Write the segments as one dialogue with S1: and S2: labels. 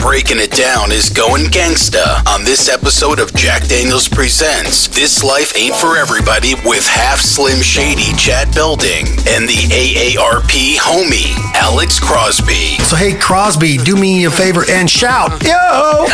S1: breaking it down is going gangsta on this episode of Jack Daniels Presents This Life Ain't For Everybody with Half Slim Shady Chad Belding and the AARP homie Alex Crosby.
S2: So hey Crosby, do me a favor and shout, yo!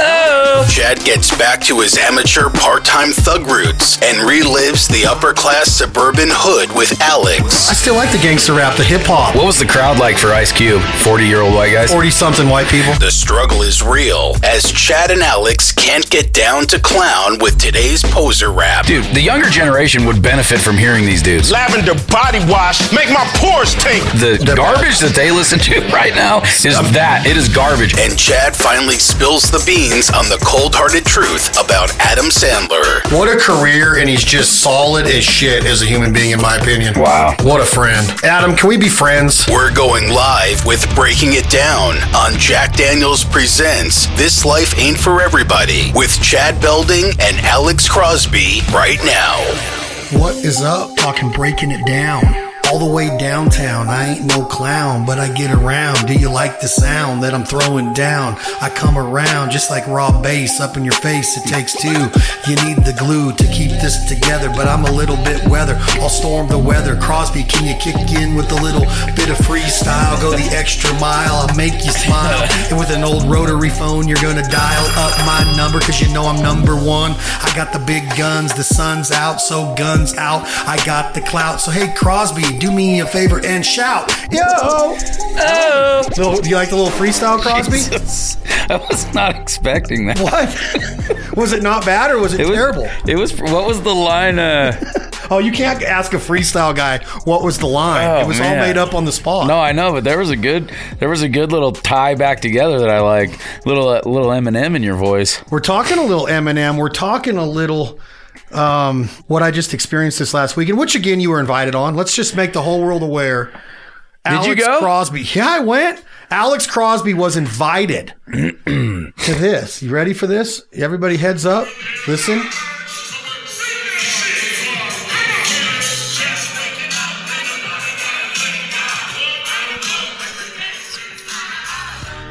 S1: Chad gets back to his amateur part time thug roots and relives the upper class suburban hood with Alex.
S2: I still like the gangster rap, the hip hop,
S3: What was the crowd like for Ice Cube? 40 year old white guys?
S2: forty something white people.
S1: The struggle is real as Chad and Alex can't get down to clown with today's poser rap.
S3: Dude, the younger generation would benefit from hearing these dudes.
S4: lavender body wash make my pores tape.
S3: The garbage that they listen to right now is that. It is garbage.
S1: And Chad finally spills the beans on the cold hearted truth about Adam Sandler.
S2: What a career, and he's just solid as shit as a human being, in my opinion.
S3: Wow.
S2: What a friend. Adam, can we be friends?
S1: We're going live with Breaking It Down on Jack Daniels Presents This Life Ain't For Everybody with Chad Belding and Alex Crosby right now.
S2: What is up? Fucking breaking it down. All the way downtown, I ain't no clown, but I get around. Do you like the sound that I'm throwing down? I come around just like raw bass up in your face. It takes two. You need the glue to keep this together, but I'm a little bit weather. I'll storm the weather. Crosby, can you kick in with a little bit of freestyle? Go the extra mile, I'll make you smile. And with an old rotary phone, you're gonna dial up my number, cause you know I'm number one. I got the big guns, the sun's out, so guns out. I got the clout. So hey Crosby, do me a favor and shout. Yo! Oh! Little, do you like the little freestyle Crosby?
S3: I was not expecting that.
S2: What? Was it not bad or was it,
S3: It was
S2: terrible?
S3: It was. What was the line? Uh,
S2: Oh, you can't ask a freestyle guy what was the line.
S3: Oh,
S2: it was all
S3: man.
S2: made up on the spot.
S3: no, I know, but there was a good. There was a good little tie back together that I like. Little uh, little Eminem in your voice.
S2: We're talking a little Eminem. We're talking a little um, what I just experienced this last weekend, which again you were invited on. Let's just make the whole world aware. Alex
S3: you go?
S2: Crosby. Yeah, I went. Alex Crosby was invited to this. You ready for this? Everybody heads up. Listen.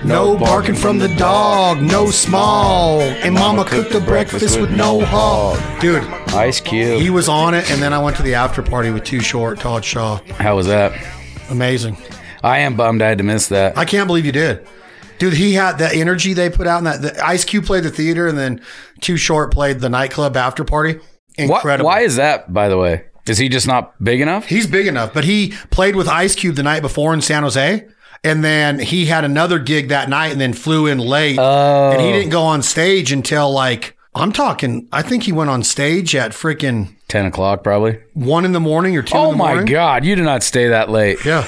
S2: No barking from the dog, no small. And mama cooked the breakfast with no hog. Dude,
S3: Ice
S2: he
S3: Cube.
S2: was on it, and then I went to the after party with Too Short, Todd Shaw.
S3: How was that?
S2: Amazing.
S3: I am bummed I had to miss that.
S2: I can't believe you did. Dude, he had that energy they put out in that. The Ice Cube played the theater, and then Too Short played the nightclub after party.
S3: Why-
S2: Incredible.
S3: Why is that? By the way, is he just not big enough?
S2: He's big enough, but he played with Ice Cube the night before in San Jose. And then he had another gig that night and then flew in late. And
S3: Oh.
S2: he didn't go on stage until like, I'm talking, I think he went on stage at freaking
S3: Ten o'clock probably.
S2: one in the morning or two. in
S3: Oh
S2: the
S3: my
S2: morning.
S3: god, you did not stay that late.
S2: Yeah.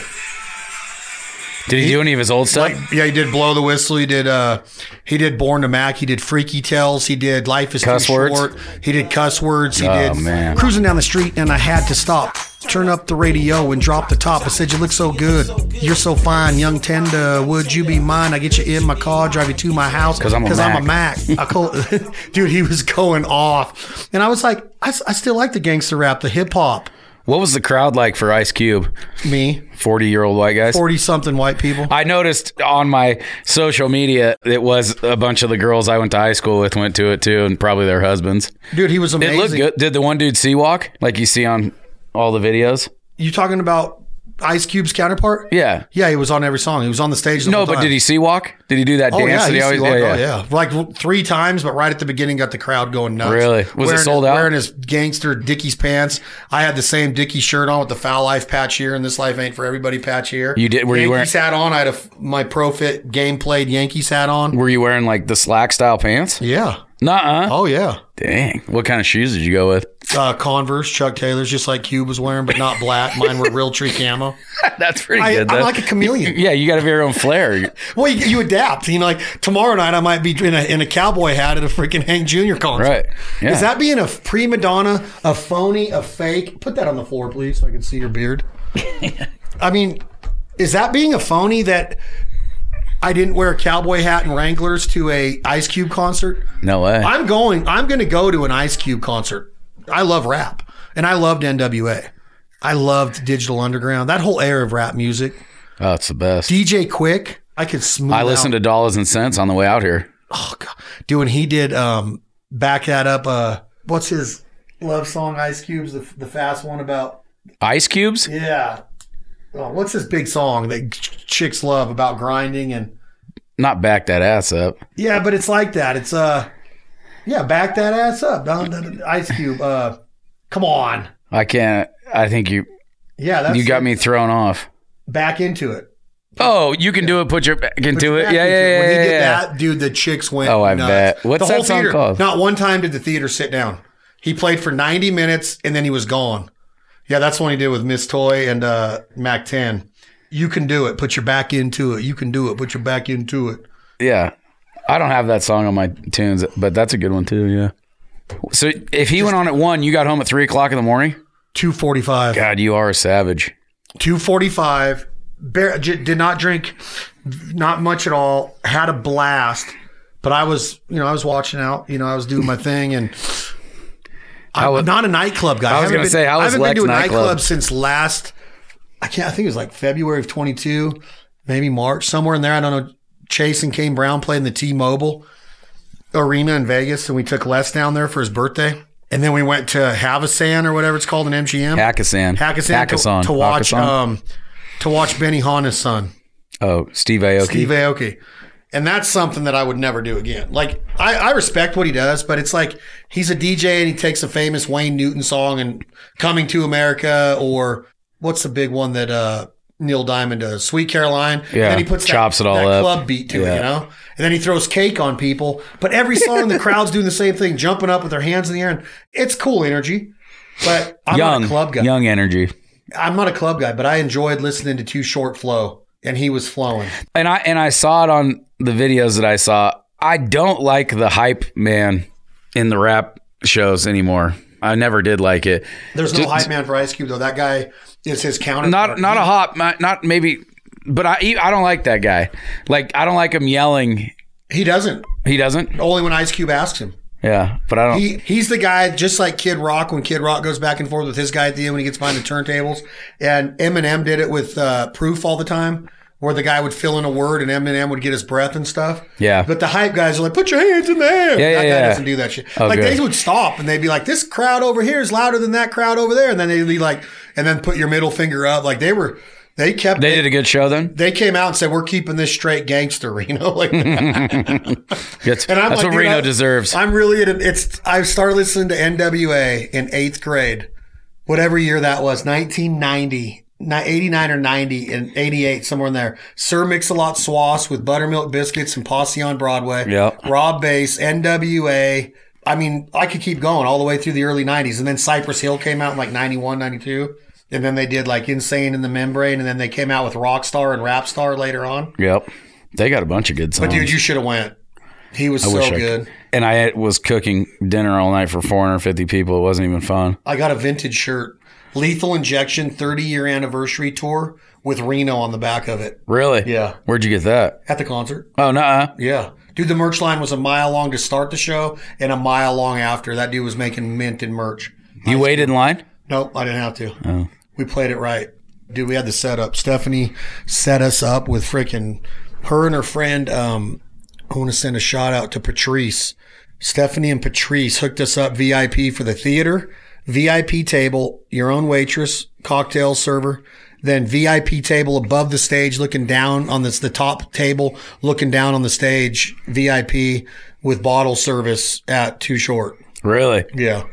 S3: Did he, do any of his old stuff?
S2: Like, yeah, he did blow the whistle. He did. uh He did Born to Mac. He did Freaky Tales. He did Life is
S3: Cuss
S2: Too
S3: words?
S2: Short. He did cuss words. He
S3: Oh,
S2: did
S3: man.
S2: cruising down the street, and I had to stop. Turn up the radio and drop the top. I said, "You look so good. You're so fine, young tender. Would you be mine? I get you in my car, drive you to my house.
S3: 'Cause I'm a
S2: I'm a Mac. I call, dude. He was going off, and I was like, I, s- I still like the gangster rap, the hip hop.
S3: what was the crowd like for Ice Cube?
S2: Me,
S3: Forty year old white guys.
S2: forty something white people.
S3: I noticed on my social media it was a bunch of the girls I went to high school with went to it too, and probably their husbands.
S2: Dude, he was
S3: It
S2: amazing.
S3: looked good. Did the one dude sea walk like you see on all the videos?
S2: You talking about Ice Cube's counterpart?
S3: Yeah.
S2: Yeah, he was on every song. He was on the stage. The
S3: No,
S2: whole
S3: but
S2: time.
S3: did he sea walk? Did he do that
S2: Oh
S3: dance?
S2: yeah,
S3: that
S2: he
S3: he always,
S2: yeah,
S3: yeah, yeah.
S2: yeah, like three times, but right at the beginning got the crowd going nuts.
S3: Really? Was it
S2: Wearing-
S3: sold out?
S2: Wearing his gangster Dickies pants. I had the same Dickies shirt on with the Foul Life patch here and this life ain't for everybody patch here.
S3: You did- were you
S2: Yankees
S3: wearing-
S2: hat on? I had a f- my Pro Fit game played Yankees hat on.
S3: Were you wearing like the slack style pants?
S2: Yeah.
S3: Nuh-uh.
S2: Oh yeah.
S3: Dang. What kind of shoes did you go with?
S2: Uh, Converse, Chuck Taylors, just like Cube was wearing, but not black. Mine were real tree camo.
S3: That's pretty
S2: I,
S3: good.
S2: I'm
S3: though.
S2: like a chameleon.
S3: yeah, you got to have your own flair.
S2: Well, you, you adapt. You know, like tomorrow night, I might be in a, in a cowboy hat at a freaking Hank Jr. concert.
S3: Right. Yeah.
S2: Is that being a prima donna, a phony, a fake? Put that on the floor, please, so I can see your beard. I mean, is that being a phony that I didn't wear a cowboy hat and Wranglers to a Ice Cube concert?
S3: No way.
S2: I'm going. I'm going to go to an Ice Cube concert. I love rap, and I loved NWA. I loved Digital Underground. That whole era of rap music.
S3: oh, it's the best.
S2: DJ Quick. I could smooth.
S3: I listened
S2: out.
S3: to Dollars and Cents on the way out here.
S2: oh god, dude, when he did um back that up. Uh, what's his love song? Ice Cube's the the fast one about
S3: Ice Cubes?
S2: yeah. Oh, what's this big song that ch- chicks love about grinding and
S3: Not back that ass up.
S2: yeah, but it's like that. It's uh, yeah, back that ass up, Down to the Ice Cube. Uh, come on,
S3: I can't. I think you
S2: yeah, that's
S3: you got me thrown off.
S2: back into it.
S3: Oh, you can do it. Put your back into it.
S2: back
S3: Yeah,
S2: into
S3: yeah, yeah.
S2: When he
S3: yeah,
S2: did
S3: yeah.
S2: that, dude, the chicks went.
S3: Oh, I
S2: nuts.
S3: bet. What's
S2: the whole
S3: that song
S2: theater,
S3: called?
S2: Not one time did the theater sit down. He played for 90 minutes and then he was gone. Yeah, that's what he did with Miss Toy and uh, Mac 10. You can do it. Put your back into it. You can do it. Put your back into it.
S3: Yeah. I don't have that song on my tunes, but that's a good one too. Yeah. So if he went on at one, you got home at three o'clock in the morning.
S2: 245.
S3: God, you are a savage.
S2: 245. Bar- j- did not drink, not much at all. Had a blast. But I was, you know, I was watching out. You know, I was doing my thing and. I'm
S3: was-
S2: not a nightclub guy.
S3: I was
S2: haven't
S3: gonna
S2: been-
S3: say, how was
S2: haven't
S3: Lex
S2: been to a
S3: nightclub?
S2: nightclub since last. I can't. I think it was like February of twenty two, maybe March, somewhere in there. I don't know. Chase and Kane Brown played in the T Mobile Arena in Vegas, and we took Les down there for his birthday, and then we went to Havasan or whatever it's called in MGM.
S3: Hackasan.
S2: Hackasan to-
S3: Hackasan.
S2: to, watch
S3: Hackasan.
S2: um to watch Benny Hanna's son,
S3: oh, Steve Aoki.
S2: Steve Aoki. And that's something that I would never do again. Like I, I respect what he does, but it's like he's a DJ and he takes a famous Wayne Newton song and Coming to America or what's the big one that uh Neil Diamond does, Sweet Caroline.
S3: Yeah,
S2: And then he puts that-
S3: chops it all
S2: that
S3: up.
S2: club beat to it,
S3: Yeah.
S2: you know? And then he throws cake on people. But every song the crowd's doing the same thing, jumping up with their hands in the air and it's cool energy. But I'm
S3: young
S2: not a club guy.
S3: Young energy.
S2: I'm not a club guy, but I enjoyed listening to Too Short Flow, and he was flowing.
S3: And I and I saw it on the videos that I saw. I don't like the hype man in the rap shows anymore. I never did like it.
S2: There's no hype man for Ice Cube though. That guy is his counterpart.
S3: Not not a hop. Not, not maybe. But I I don't like that guy. Like I don't like him yelling.
S2: he doesn't.
S3: He doesn't.
S2: Only when Ice Cube asks him.
S3: Yeah, but I don't.
S2: He he's the guy just like Kid Rock when Kid Rock goes back and forth with his guy at the end when he gets behind the turntables. And Eminem did it with uh, Proof all the time, where the guy would fill in a word and Eminem would get his breath and stuff.
S3: Yeah.
S2: But the hype guys are like, "Put your hands in the air."
S3: Yeah,
S2: that
S3: yeah,
S2: guy
S3: yeah.
S2: doesn't do that shit.
S3: Oh,
S2: like
S3: good.
S2: they would stop and they'd be like, "This crowd over here is louder than that crowd over there," and then they'd be like, and then put your middle finger up. Like they were, they kept
S3: they did a good show then.
S2: they came out and said, "We're keeping this straight gangster, Reno." Like, and
S3: Hmm. That's,
S2: I'm
S3: that's
S2: like,
S3: what
S2: dude,
S3: Reno
S2: I-
S3: deserves.
S2: I'm really at a, it's. I started listening to NWA in eighth grade, whatever year that was, 1990. ni- 89 or 90 and 88, somewhere in there. Sir Mix a Lot Swass with Buttermilk Biscuits and Posse on Broadway.
S3: Yep.
S2: Rob Bass, NWA. I mean, I could keep going all the way through the early 90s. And then Cypress Hill came out in like 91, 92. And then they did like Insane in the Membrane. And then they came out with Rockstar and Rapstar later on.
S3: yep, they got a bunch of good songs.
S2: Dude, you should have went. He was so
S3: wish I
S2: good.
S3: could- and I had- was cooking dinner all night for 450 people. It wasn't even fun.
S2: I got a vintage shirt, Lethal Injection 30 year anniversary tour with Reno on the back of it
S3: Really?
S2: Yeah.
S3: Where'd you get that?
S2: at the concert.
S3: Oh, no.
S2: Yeah. Dude, the merch line was a mile long to start the show and a mile long after. That dude was making mint and merch.
S3: You waited in line?
S2: Nope, I didn't have to. We played it right. Dude, we had the setup. Stephanie set us up with freaking her and her friend. Um, I want to send a shout out to Patrice. Stephanie and Patrice hooked us up VIP for the theater, VIP table, your own waitress, cocktail server, then VIP table above the stage, looking down on this, the top table, looking down on the stage, VIP with bottle service at Too Short.
S3: Really?
S2: Yeah.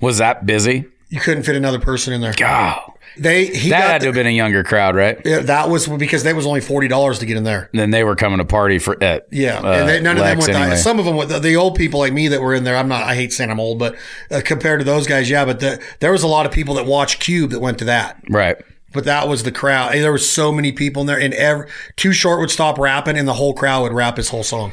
S3: Was that busy?
S2: You couldn't fit another person in there.
S3: God.
S2: They he
S3: That
S2: got
S3: had to
S2: the-
S3: have been a younger crowd, right?
S2: Yeah, that was because that was only forty dollars to get in there.
S3: Then they were coming to party for at
S2: Yeah,
S3: uh,
S2: and they, none of them
S3: Lex
S2: went.
S3: anyway.
S2: To, some of them, went, the, the old people like me that were in there. I'm not. I hate saying I'm old, but uh, compared to those guys, yeah. But the, there was a lot of people that watched Cube that went to that.
S3: right.
S2: But that was the crowd. There were so many people in there, and every Too Short would stop rapping, and the whole crowd would rap his whole song.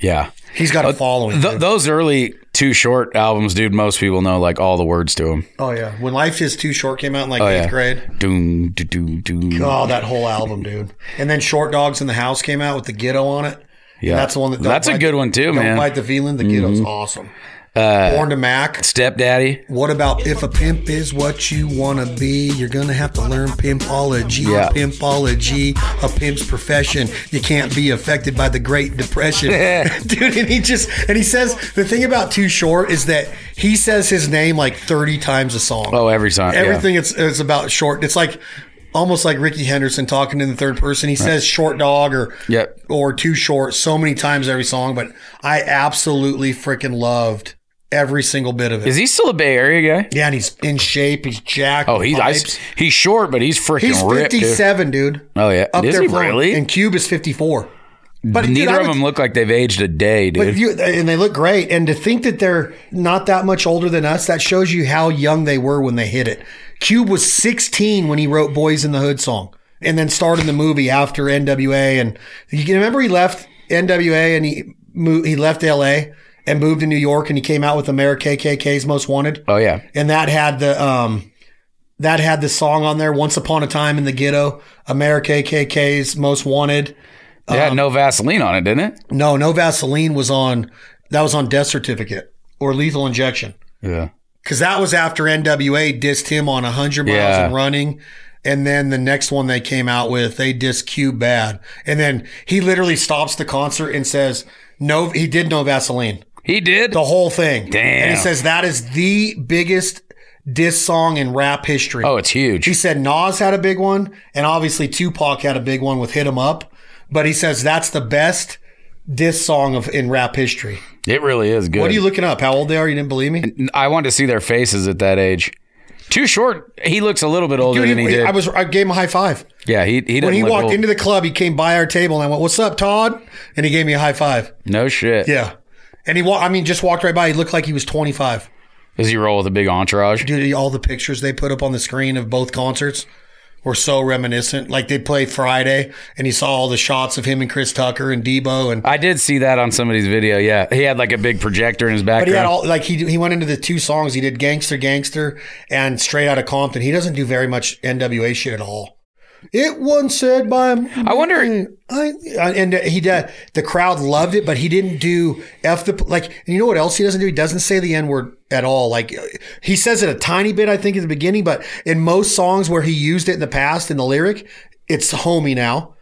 S3: Yeah.
S2: He's
S3: Uh,
S2: got a following.
S3: Th-
S2: dude.
S3: those early Too Short albums, dude, most people know like all the words to them.
S2: oh yeah, when Life Is Too Short came out in like eighth
S3: Oh, yeah.
S2: grade.
S3: Doom, doom, doom.
S2: Oh, that whole album, dude. And then Short Dogs in the House came out with the ghetto on it. Yeah, that's the one that. Don't
S3: That's a
S2: Bite
S3: good
S2: the-
S3: one too,
S2: don't
S3: man. Mm-hmm. Uh,
S2: Bite the feeling. The ghetto's awesome. Born to Mac.
S3: Stepdaddy.
S2: What about if a pimp is what you want to be? You're going to have to learn pimpology.
S3: Yeah.
S2: Pimpology, a pimp's profession. You can't be affected by the Great Depression. Dude, and he just, and he says, the thing about Too Short is that he says his name like 30 times a song.
S3: Oh, every time. yeah.
S2: Everything it's, it's about short. It's like, Almost like Ricky Henderson talking in the third person. He says short dog or
S3: Yep.
S2: or too short so many times every song, but I absolutely freaking loved every single bit of it.
S3: Is he still a Bay Area guy?
S2: Yeah, and he's in shape. He's jacked.
S3: Oh, he's I,
S2: pipes.
S3: he's short, but he's freaking
S2: he's
S3: ripped. dude.
S2: fifty-seven, dude.
S3: Oh yeah,
S2: Up
S3: is
S2: there
S3: he
S2: for him.
S3: really?
S2: And Cube is fifty-four. But dude,
S3: Neither
S2: I
S3: of
S2: would-
S3: them look like they've aged a day, dude.
S2: But you and they look great. And to think that they're not that much older than us, that shows you how young they were when they hit it. Cube was sixteen when he wrote "Boys in the Hood" song, and then started the movie after NWA. And you can remember he left NWA and he mo- he left LA and moved to New York, and he came out with America KKK's Most Wanted
S3: oh yeah,
S2: and that had the um that had the song on there once upon a time in the ghetto america kk's most wanted
S3: it had
S2: Um,
S3: no Vaseline on it, didn't it?
S2: no no vaseline was on that was on death certificate or lethal injection
S3: Yeah.
S2: because that was after nwa dissed him on 100 miles
S3: Yeah.
S2: and running and then the next one they came out with they dissed q bad and then he literally stops the concert and says no he did no vaseline
S3: He did.
S2: the whole thing
S3: Damn.
S2: and he says that is the biggest diss song in rap history
S3: oh, it's huge.
S2: he said Nas had a big one, and obviously Tupac had a big one with "Hit 'Em Up," but he says that's the best diss song of in rap history.
S3: It really is good.
S2: What are you looking up? How old they are? You didn't believe me?
S3: I want to see their faces at that age. Too short. He looks a little bit older
S2: Dude,
S3: than he
S2: he-
S3: did.
S2: I was I gave him a high five
S3: yeah, he he
S2: when
S3: doesn't
S2: he
S3: look
S2: walked
S3: old.
S2: into the club. He came by our table and I went, "What's up, Todd?" And he gave me a high five.
S3: no shit.
S2: Yeah, and he wa- I mean, just walked right by. He looked like he was 25.
S3: Does he roll with a big entourage?
S2: Dude, all the pictures they put up on the screen of both concerts were so reminiscent. Like they played Friday, and you saw all the shots of him and Chris Tucker and Debo and
S3: I did see that on somebody's video. Yeah, he had like a big projector in his background.
S2: But he had all like he he went into the two songs he did Gangster Gangster and Straight Outta Compton. He doesn't do very much NWA shit at all. It once said by
S3: I wonder-
S2: I and uh, he did the crowd loved it, but he didn't do f the like. And you know what else he doesn't do? He doesn't say the n word at all. Like uh, he says it a tiny bit, I think, at the beginning, but in most songs where he used it in the past in the lyric, it's homey now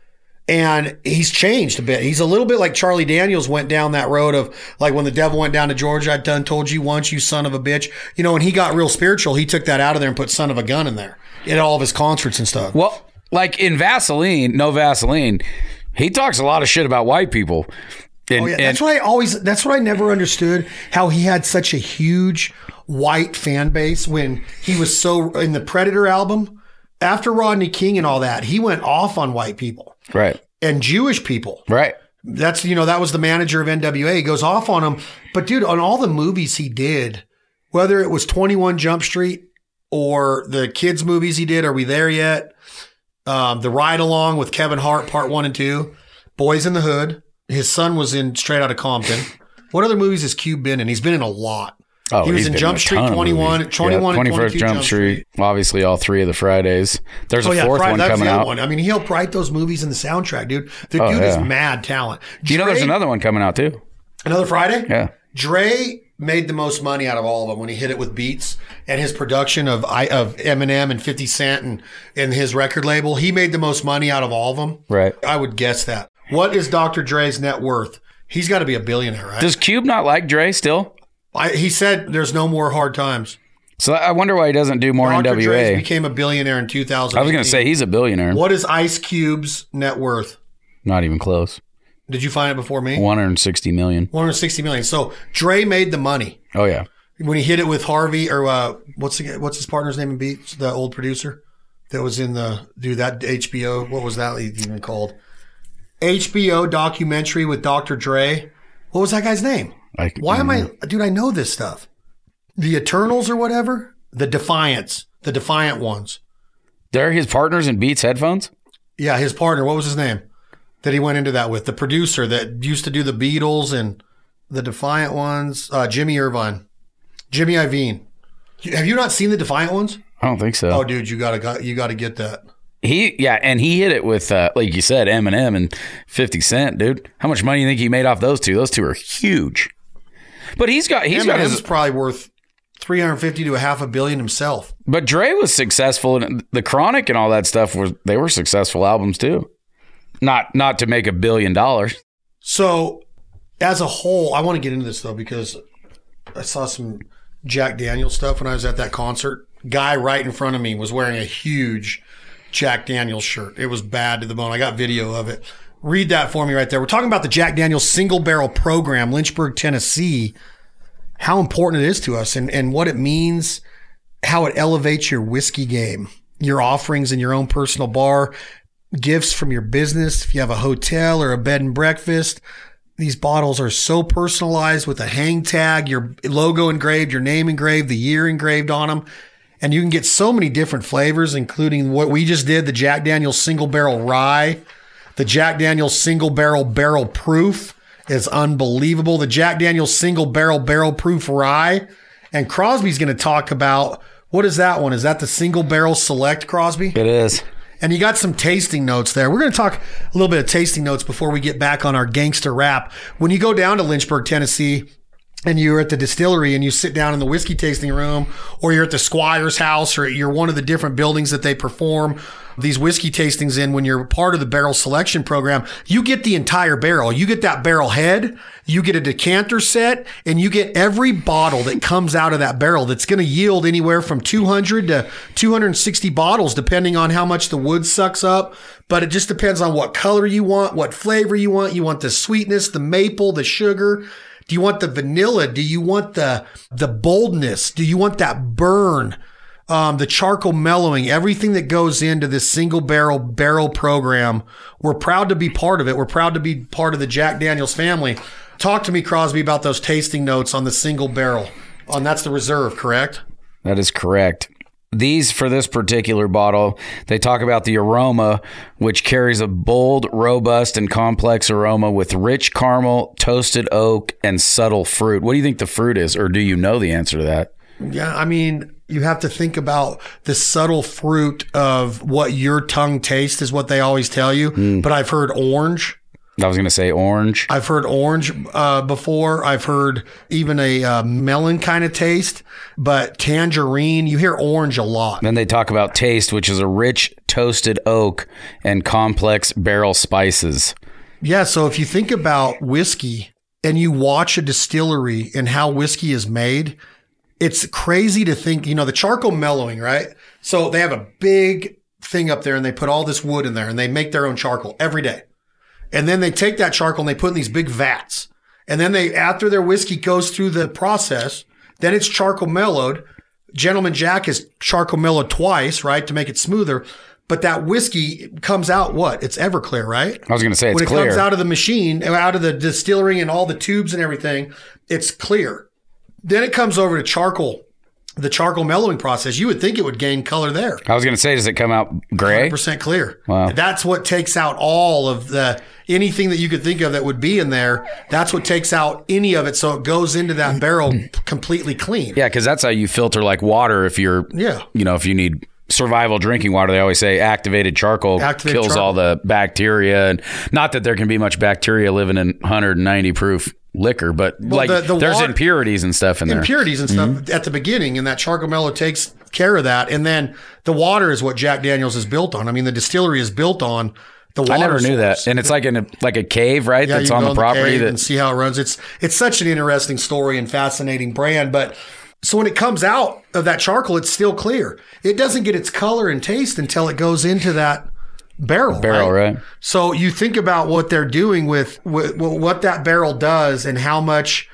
S2: and he's changed a bit. He's a little bit like Charlie Daniels went down that road of like when the devil went down to Georgia, I done told you once, you son of a bitch. You know, and he got real spiritual. He took that out of there and put son of a gun in there in all of his concerts and stuff.
S3: Well, like in Vaseline, no Vaseline. He talks a lot of shit about white people. And,
S2: Oh, yeah.
S3: and-
S2: that's what I always. That's what I never understood how he had such a huge white fan base when he was so in the Predator album after Rodney King and all that. He went off on white people
S3: right,
S2: and Jewish people.
S3: right.
S2: that's you know that was the manager of NWA he goes off on him but dude on all the movies he did whether it was 21 Jump Street or the kids movies he did are we there yet um, the ride along with Kevin Hart part 1 and 2 Boys in the Hood his son was in Straight Outta Compton what other movies has Cube been in he's been in a lot
S3: Oh,
S2: He was
S3: he's
S2: in
S3: been
S2: Jump
S3: a
S2: Street
S3: ton of
S2: 21,
S3: movies.
S2: 21 and 22
S3: Jump
S2: Jump
S3: Street. Obviously, all three of the Fridays. There's a fourth
S2: Fri-
S3: one
S2: that's
S3: coming
S2: the other
S3: out.
S2: one. I mean, he'll write those movies in the soundtrack, dude. The
S3: Oh,
S2: dude is
S3: yeah.
S2: mad talent.
S3: You know, there's
S2: Dre-
S3: another one coming out too.
S2: another Friday.
S3: Yeah.
S2: Dre made the most money out of all of them when he hit it with Beats and his production of I of Eminem and Fifty Cent and and his record label. He made the most money out of all of them.
S3: Right.
S2: I would guess that. What is Dr. Dre's net worth? He's got to be a billionaire, right?
S3: Does Cube not like Dre still?
S2: I, he said there's no more hard times.
S3: So I wonder why he doesn't do more
S2: Dr. Dre
S3: NWA.
S2: became a billionaire in 2000.
S3: I was gonna say he's a billionaire.
S2: what is Ice Cube's net worth?
S3: Not even close.
S2: Did you find it before me?
S3: 160 million.
S2: 160 million. So Dre made the money.
S3: Oh yeah.
S2: when he hit it with Harvey or uh, what's the, what's his partner's name in Beats? The old producer that was in the dude that HBO. What was that even called? HBO documentary with Dr. Dre. What was that guy's name?
S3: I,
S2: Why am I, dude? I know this stuff. The Eternals or whatever. The Defiance. The Defiant ones.
S3: They're his partners in Beats headphones.
S2: Yeah, his partner. What was his name? That he went into that with the producer that used to do the Beatles and the Defiant ones. Uh, Jimmy Irvine, Jimmy Iovine. Have you not seen the Defiant ones?
S3: I don't think so.
S2: Oh, dude, you gotta got, you gotta get that.
S3: He yeah, and he hit it with uh, like you said, Eminem and Fifty Cent, dude. How much money you think he made off those two? Those two are huge. But he's got he's got
S2: Eminem's
S3: his.
S2: probably worth 350 to a half a billion himself.
S3: But Dre was successful, and the Chronic and all that stuff was they were successful albums too. Not not to make a billion dollars.
S2: So, as a whole, I want to get into this though because I saw some Jack Daniel stuff when I was at that concert. Guy right in front of me was wearing a huge Jack Daniel shirt. It was bad to the bone. I got video of it. Read that for me right there. We're talking about the Jack Daniel single barrel program, Lynchburg, Tennessee. How important it is to us and, and what it means, how it elevates your whiskey game, your offerings in your own personal bar, gifts from your business, if you have a hotel or a bed and breakfast. These bottles are so personalized with a hang tag, your logo engraved, your name engraved, the year engraved on them. And you can get so many different flavors, including what we just did the Jack Daniel's single barrel rye, the Jack Daniel's single barrel barrel proof is unbelievable. The Jack Daniel's single barrel barrel proof rye. And Crosby's going to talk about what is that one? Is that the single barrel select, Crosby?
S3: It is.
S2: And you got some tasting notes there. We're going to talk a little bit of tasting notes before we get back on our gangster rap. When you go down to Lynchburg, Tennessee, and you're at the distillery and you sit down in the whiskey tasting room, or you're at the Squire's house, or you're one of the different buildings that they perform these whiskey tastings in when you're part of the barrel selection program, you get the entire barrel. You get that barrel head, you get a decanter set, and you get every bottle that comes out of that barrel that's going to yield anywhere from 200 to 260 bottles, depending on how much the wood sucks up. But it just depends on what color you want, what flavor you want. You want the sweetness, the maple, the sugar. Do you want the vanilla? Do you want the the boldness? Do you want that burn? Um, the charcoal mellowing, everything that goes into this single barrel barrel program. We're proud to be part of it. We're proud to be part of the Jack Daniels family. Talk to me, Crosby, about those tasting notes on the single barrel. On that's the reserve, correct?
S3: That is correct. These, for this particular bottle, they talk about the aroma, which carries a bold, robust, and complex aroma with rich caramel, toasted oak, and subtle fruit. What do you think the fruit is, or do you know the answer to that?
S2: Yeah, I mean, you have to think about the subtle fruit of what your tongue tastes is what they always tell you. But I've heard orange.
S3: I was going to say orange.
S2: I've heard orange uh, before. I've heard even a uh, melon kind of taste, but tangerine. You hear orange a lot.
S3: Then they talk about taste, which is a rich, toasted oak and complex barrel spices.
S2: Yeah. So if you think about whiskey and you watch a distillery and how whiskey is made, it's crazy to think, you know, the charcoal mellowing, right? So they have a big thing up there and they put all this wood in there and they make their own charcoal every day. And then they take that charcoal and they put in these big vats. And then they, after their whiskey goes through the process, then it's charcoal mellowed. Gentleman Jack is charcoal mellowed twice, right? To make it smoother. But that whiskey comes out what? It's Everclear, right?
S3: I was going to say it's
S2: when it
S3: clear.
S2: comes out of the machine, uh, out of the distillery and all the tubes and everything, it's clear. Then it comes over to charcoal, the charcoal mellowing process. You would think it would gain color there.
S3: I was going to say, does it come out gray?
S2: Percent clear. That's what takes out all of the anything that you could think of that would be in there. That's what takes out any of it, so it goes into that barrel completely clean.
S3: Mm. Yeah, because that's how you filter like water. If you're,
S2: Yeah.
S3: you know, if you need survival drinking water, they always say activated charcoal
S2: Activated
S3: kills
S2: charcoal.
S3: all the bacteria, and not that there can be much bacteria living in 190 proof liquor, but like
S2: the- the
S3: there's
S2: water-
S3: impurities and stuff in there.
S2: impurities and stuff
S3: Mm-hmm.
S2: at the beginning, and that charcoal mellow takes care of that. And then the water is what Jack Daniels is built on. I mean, the distillery is built on the water.
S3: I never knew
S2: source.
S3: that, and it's like in a, like a cave, right?
S2: Yeah,
S3: that's
S2: you can
S3: on
S2: go
S3: the
S2: in
S3: property.
S2: cave
S3: that
S2: and see how it runs. It's it's such an interesting story and fascinating brand. But so when it comes out of that charcoal, it's still clear. It doesn't get its color and taste until it goes into that barrel.
S3: barrel, right?
S2: So you think about what they're doing with, with what that barrel does and how much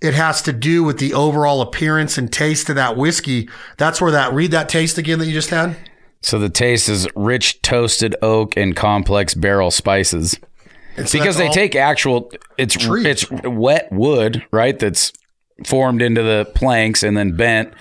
S2: it has to do with the overall appearance and taste of that whiskey. That's where that read that taste again that you just had.
S3: So the taste is rich toasted oak and complex barrel spices.
S2: And so
S3: because
S2: that's
S3: they
S2: all-
S3: take actual it's
S2: Trees.
S3: it's wet wood right that's formed into the planks and then bent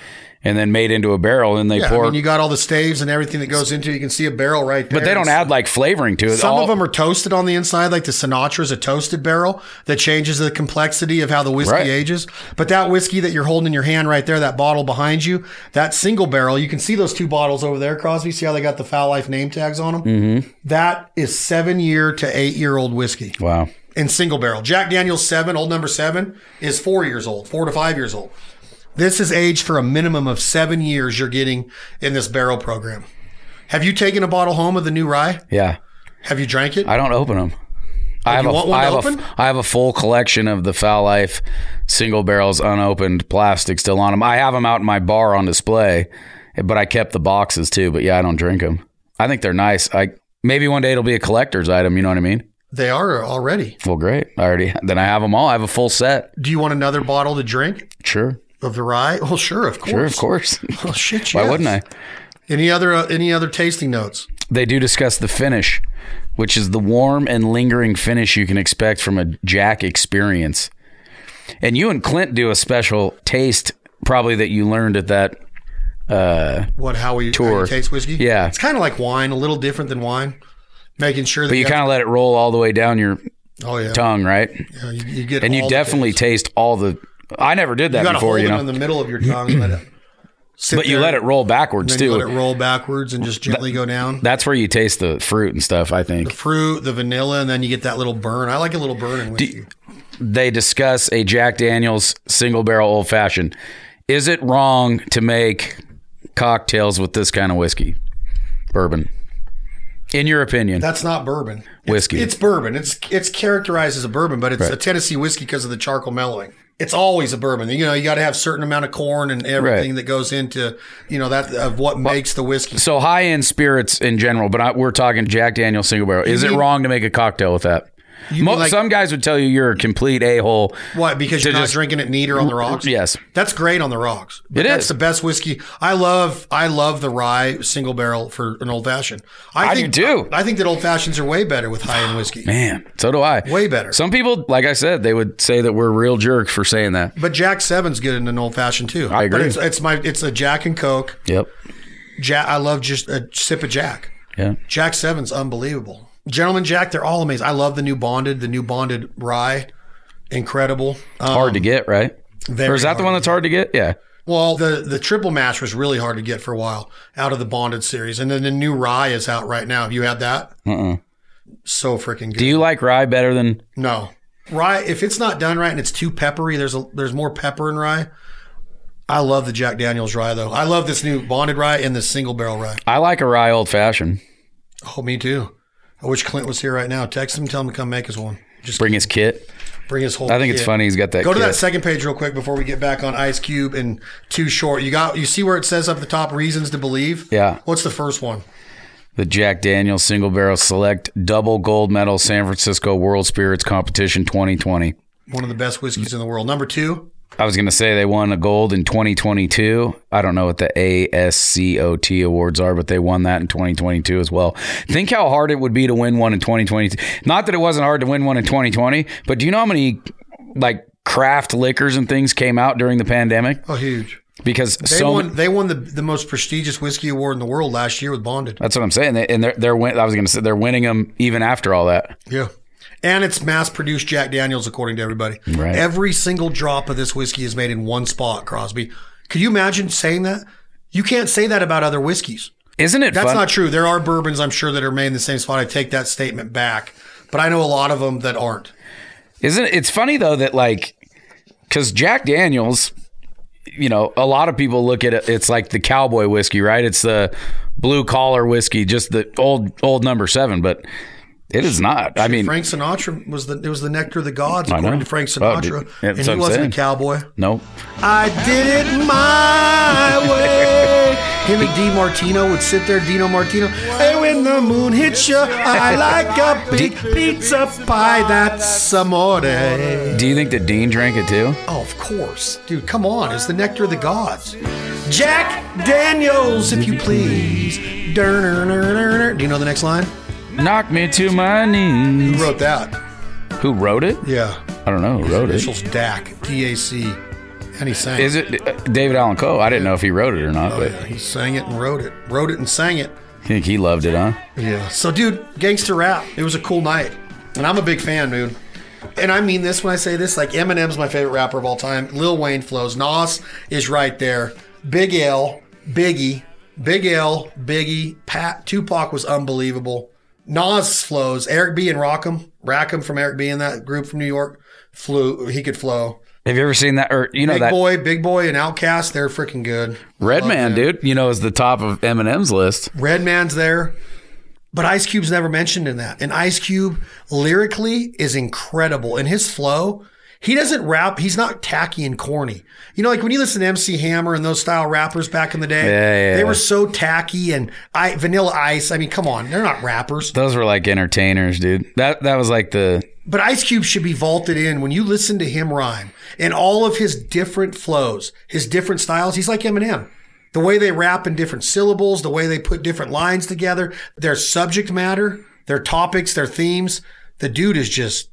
S3: and then made into a barrel and they
S2: Yeah, I
S3: pour
S2: mean, you got all the staves and everything that goes into. it. You can see a barrel right there.
S3: but they don't
S2: It's-
S3: add like flavoring to it
S2: Some
S3: All-
S2: of them are toasted on the inside, like the Sinatra is a toasted barrel that changes the complexity of how the whiskey
S3: Right.
S2: ages. But that whiskey that you're holding in your hand right there, that bottle behind you, that single barrel, you can see those two bottles over there, Crosby. See how they got the Foul Life name tags on them? Mm-hmm. is seven year to eight year old whiskey.
S3: wow
S2: in single barrel. Jack Daniel's seven, old number seven, is four years old, four to five years old. This is aged for a minimum of seven years you're getting in this barrel program. Have you taken a bottle home of the new rye?
S3: Yeah.
S2: Have you drank it?
S3: I don't open them. I have,
S2: you
S3: a,
S2: want one
S3: I have
S2: open?
S3: a I have a full collection of the Foul Life single barrels unopened plastic still on them. I have them out in my bar on display, but I kept the boxes too. But yeah, I don't drink them. I think they're nice. I maybe one day it'll be a collector's item. You know what I mean?
S2: They are already.
S3: Well, great. I already then I have them all. I have a full set.
S2: Do you want another bottle to drink
S3: Sure,
S2: of the rye? Well, sure, of course.
S3: sure, of course.
S2: Oh shit!
S3: Why
S2: yes.
S3: wouldn't I?
S2: Any other uh, any other tasting notes?
S3: They do discuss the finish, which is the warm and lingering finish you can expect from a Jack experience. And you and Clint do a special taste, probably that you learned at that.
S2: What? How we how you
S3: Tour.
S2: taste whiskey?
S3: Yeah.
S2: it's kind of like wine, a little different than wine. Making sure that
S3: But you kind of let it roll all the way down your
S2: of oh yeah,
S3: tongue, right?
S2: Yeah, you, you get
S3: And you
S2: all the
S3: definitely
S2: taste.
S3: taste all the. I never did that
S2: you got to
S3: before,
S2: hold
S3: you
S2: it
S3: know.
S2: in the middle of your tongue, and let it sit
S3: but you
S2: there,
S3: let it roll backwards
S2: and then you
S3: too.
S2: let it roll backwards and just gently go down.
S3: That's where you taste the fruit and stuff. I think.
S2: Fruit, the vanilla, and then you get that little burn. I like a little burn in whiskey.
S3: they discuss a Jack Daniels single barrel old fashioned. Is it wrong to make cocktails with this kind of whiskey? Bourbon. In your opinion,
S2: That's not bourbon. It's-
S3: Whiskey.
S2: It's, bourbon. It's it's characterized as a bourbon, but it's a Tennessee whiskey because of the charcoal mellowing. It's always a bourbon. You know, you got to have certain amount of corn and everything
S3: Right.
S2: that goes into you know that of what makes the whiskey.
S3: so high end spirits in general, but I, we're talking Jack Daniels single barrel. Is it
S2: mean-
S3: wrong to make a cocktail with that? Mo-
S2: mean like-
S3: some guys would tell you you're a complete a hole.
S2: What? Because
S3: To
S2: you're not
S3: just-
S2: drinking it neat or on the rocks.
S3: Yes.
S2: that's great on the rocks. But
S3: It
S2: that's
S3: is.
S2: the best whiskey. I love. I love the rye single barrel for an old fashioned. I,
S3: do too.
S2: I think that old fashions are way better with high end whiskey.
S3: Man, so do I.
S2: Way better.
S3: Some people, like I said, they would say that we're real jerks for saying that.
S2: But Jack Seven's good in an old fashioned too.
S3: I agree.
S2: But it's, it's my it's a Jack and Coke.
S3: Yep.
S2: Jack, I love just a sip of Jack.
S3: Yeah.
S2: Jack Seven's unbelievable. Gentleman Jack, they're all amazing. I love the new bonded, the new bonded rye. Incredible. Um,
S3: Hard to get, right?
S2: very
S3: Or is that the
S2: hard
S3: one
S2: to
S3: that's hard to get? Yeah.
S2: well, the the triple mash was really hard to get for a while out of the bonded series, and then the new rye is out right now. Have you had that? Uh-uh. So freaking good.
S3: Do you like rye better than
S2: no rye. If it's not done right and it's too peppery, there's a there's more pepper in rye. I love the Jack Daniel's rye though. I love this new bonded rye and this single barrel rye.
S3: I like a rye old fashioned.
S2: Oh, me too. I wish Clint was here right now. Text him, tell him to come make us one. Just
S3: Bring his kit.
S2: bring his whole.
S3: I think it's
S2: kit.
S3: funny he's got that.
S2: Go to
S3: kit.
S2: that second page real quick before we get back on Ice Cube and Too Short. You got you see where it says up the top reasons to believe.
S3: Yeah.
S2: What's the first one?
S3: the Jack Daniel's Single Barrel Select Double Gold Medal San Francisco World Spirits Competition 2020.
S2: One of the best whiskeys in the world. Number two.
S3: I was going to say they won a gold in 2022. I don't know what the ASCOT awards are, but they won that in 2022 as well. Think how hard it would be to win one in 2022. Not that it wasn't hard to win one in 2020, but do you know how many like craft liquors and things came out during the pandemic?
S2: Oh, huge.
S3: Because
S2: They
S3: so
S2: won. They won the, the most prestigious whiskey award in the world last year with Bonded.
S3: That's what I'm saying. They, and they're, they're win- I was going to say they're winning them even after all that.
S2: Yeah. And it's mass produced Jack Daniels, according to everybody.
S3: Right.
S2: Every single drop of this whiskey is made in one spot, Crosby. Could you imagine saying that? You can't say that about other whiskeys.
S3: Isn't it
S2: That's
S3: fun?
S2: not true. There are bourbons, I'm sure, that are made in the same spot. I take that statement back, but I know a lot of them that aren't.
S3: Isn't it- it's funny though that like because Jack Daniels, you know, a lot of people look at it. It's like the cowboy whiskey, right? It's the blue collar whiskey, just the old old number seven, but it is not. I mean,
S2: Frank Sinatra was the it was the nectar of the gods,
S3: I
S2: according
S3: know.
S2: to Frank
S3: Oh, dude.
S2: Sinatra,
S3: That's
S2: and
S3: what
S2: he
S3: I'm
S2: wasn't
S3: saying.
S2: a cowboy.
S3: no,
S2: I did it my way. Him and D. Martino would sit there, Dino Martino. Hey, when the moon hits you, I like a big pizza pie. That's amore. Oh,
S3: do you think that Dean drank it too?
S2: of course, dude. Come on, it's the nectar of the gods. Jack Daniels, if you please. Durner. Do you know the next line?
S3: Knock me to my knees.
S2: Who wrote that?
S3: Who wrote it?
S2: Yeah,
S3: I don't know. Who wrote it?
S2: initials DAC, D A C, and he sang.
S3: Is it uh, David Allan Coe? I didn't know if he wrote it or not, but
S2: Yeah, he sang it and wrote it. Wrote it and sang it.
S3: I think he loved it, huh?
S2: Yeah. So, dude, gangster rap. It was a cool night, and I'm a big fan, dude. And I mean this when I say this. Like Eminem's my favorite rapper of all time. Lil Wayne flows. Nas is right there. Big L, Biggie, Big L, Biggie. Pat, Tupac was unbelievable. Nas flows. Eric B and Rockham, Rackham from Eric B and that group from New York flew. He could flow.
S3: Have you ever seen that? Or you know
S2: Big
S3: that
S2: boy, big boy, and Outcast. They're freaking good.
S3: Red
S2: Love
S3: Man,
S2: them.
S3: dude? You know, is the top of Eminem's list.
S2: Redman's there, but Ice Cube's never mentioned in that. And Ice Cube lyrically is incredible, and his flow. He doesn't rap. He's not tacky and corny. You know, like when you listen to MC Hammer and those style rappers back in the day,
S3: Yeah, yeah,
S2: they
S3: yeah.
S2: were so tacky and I, Vanilla Ice. I mean, come on, they're not rappers.
S3: Those were like entertainers, dude. That that was like the
S2: But Ice Cube should be vaulted in when you listen to him rhyme and all of his different flows, his different styles. He's like Eminem. The way they rap in different syllables, the way they put different lines together, their subject matter, their topics, their themes. The dude is just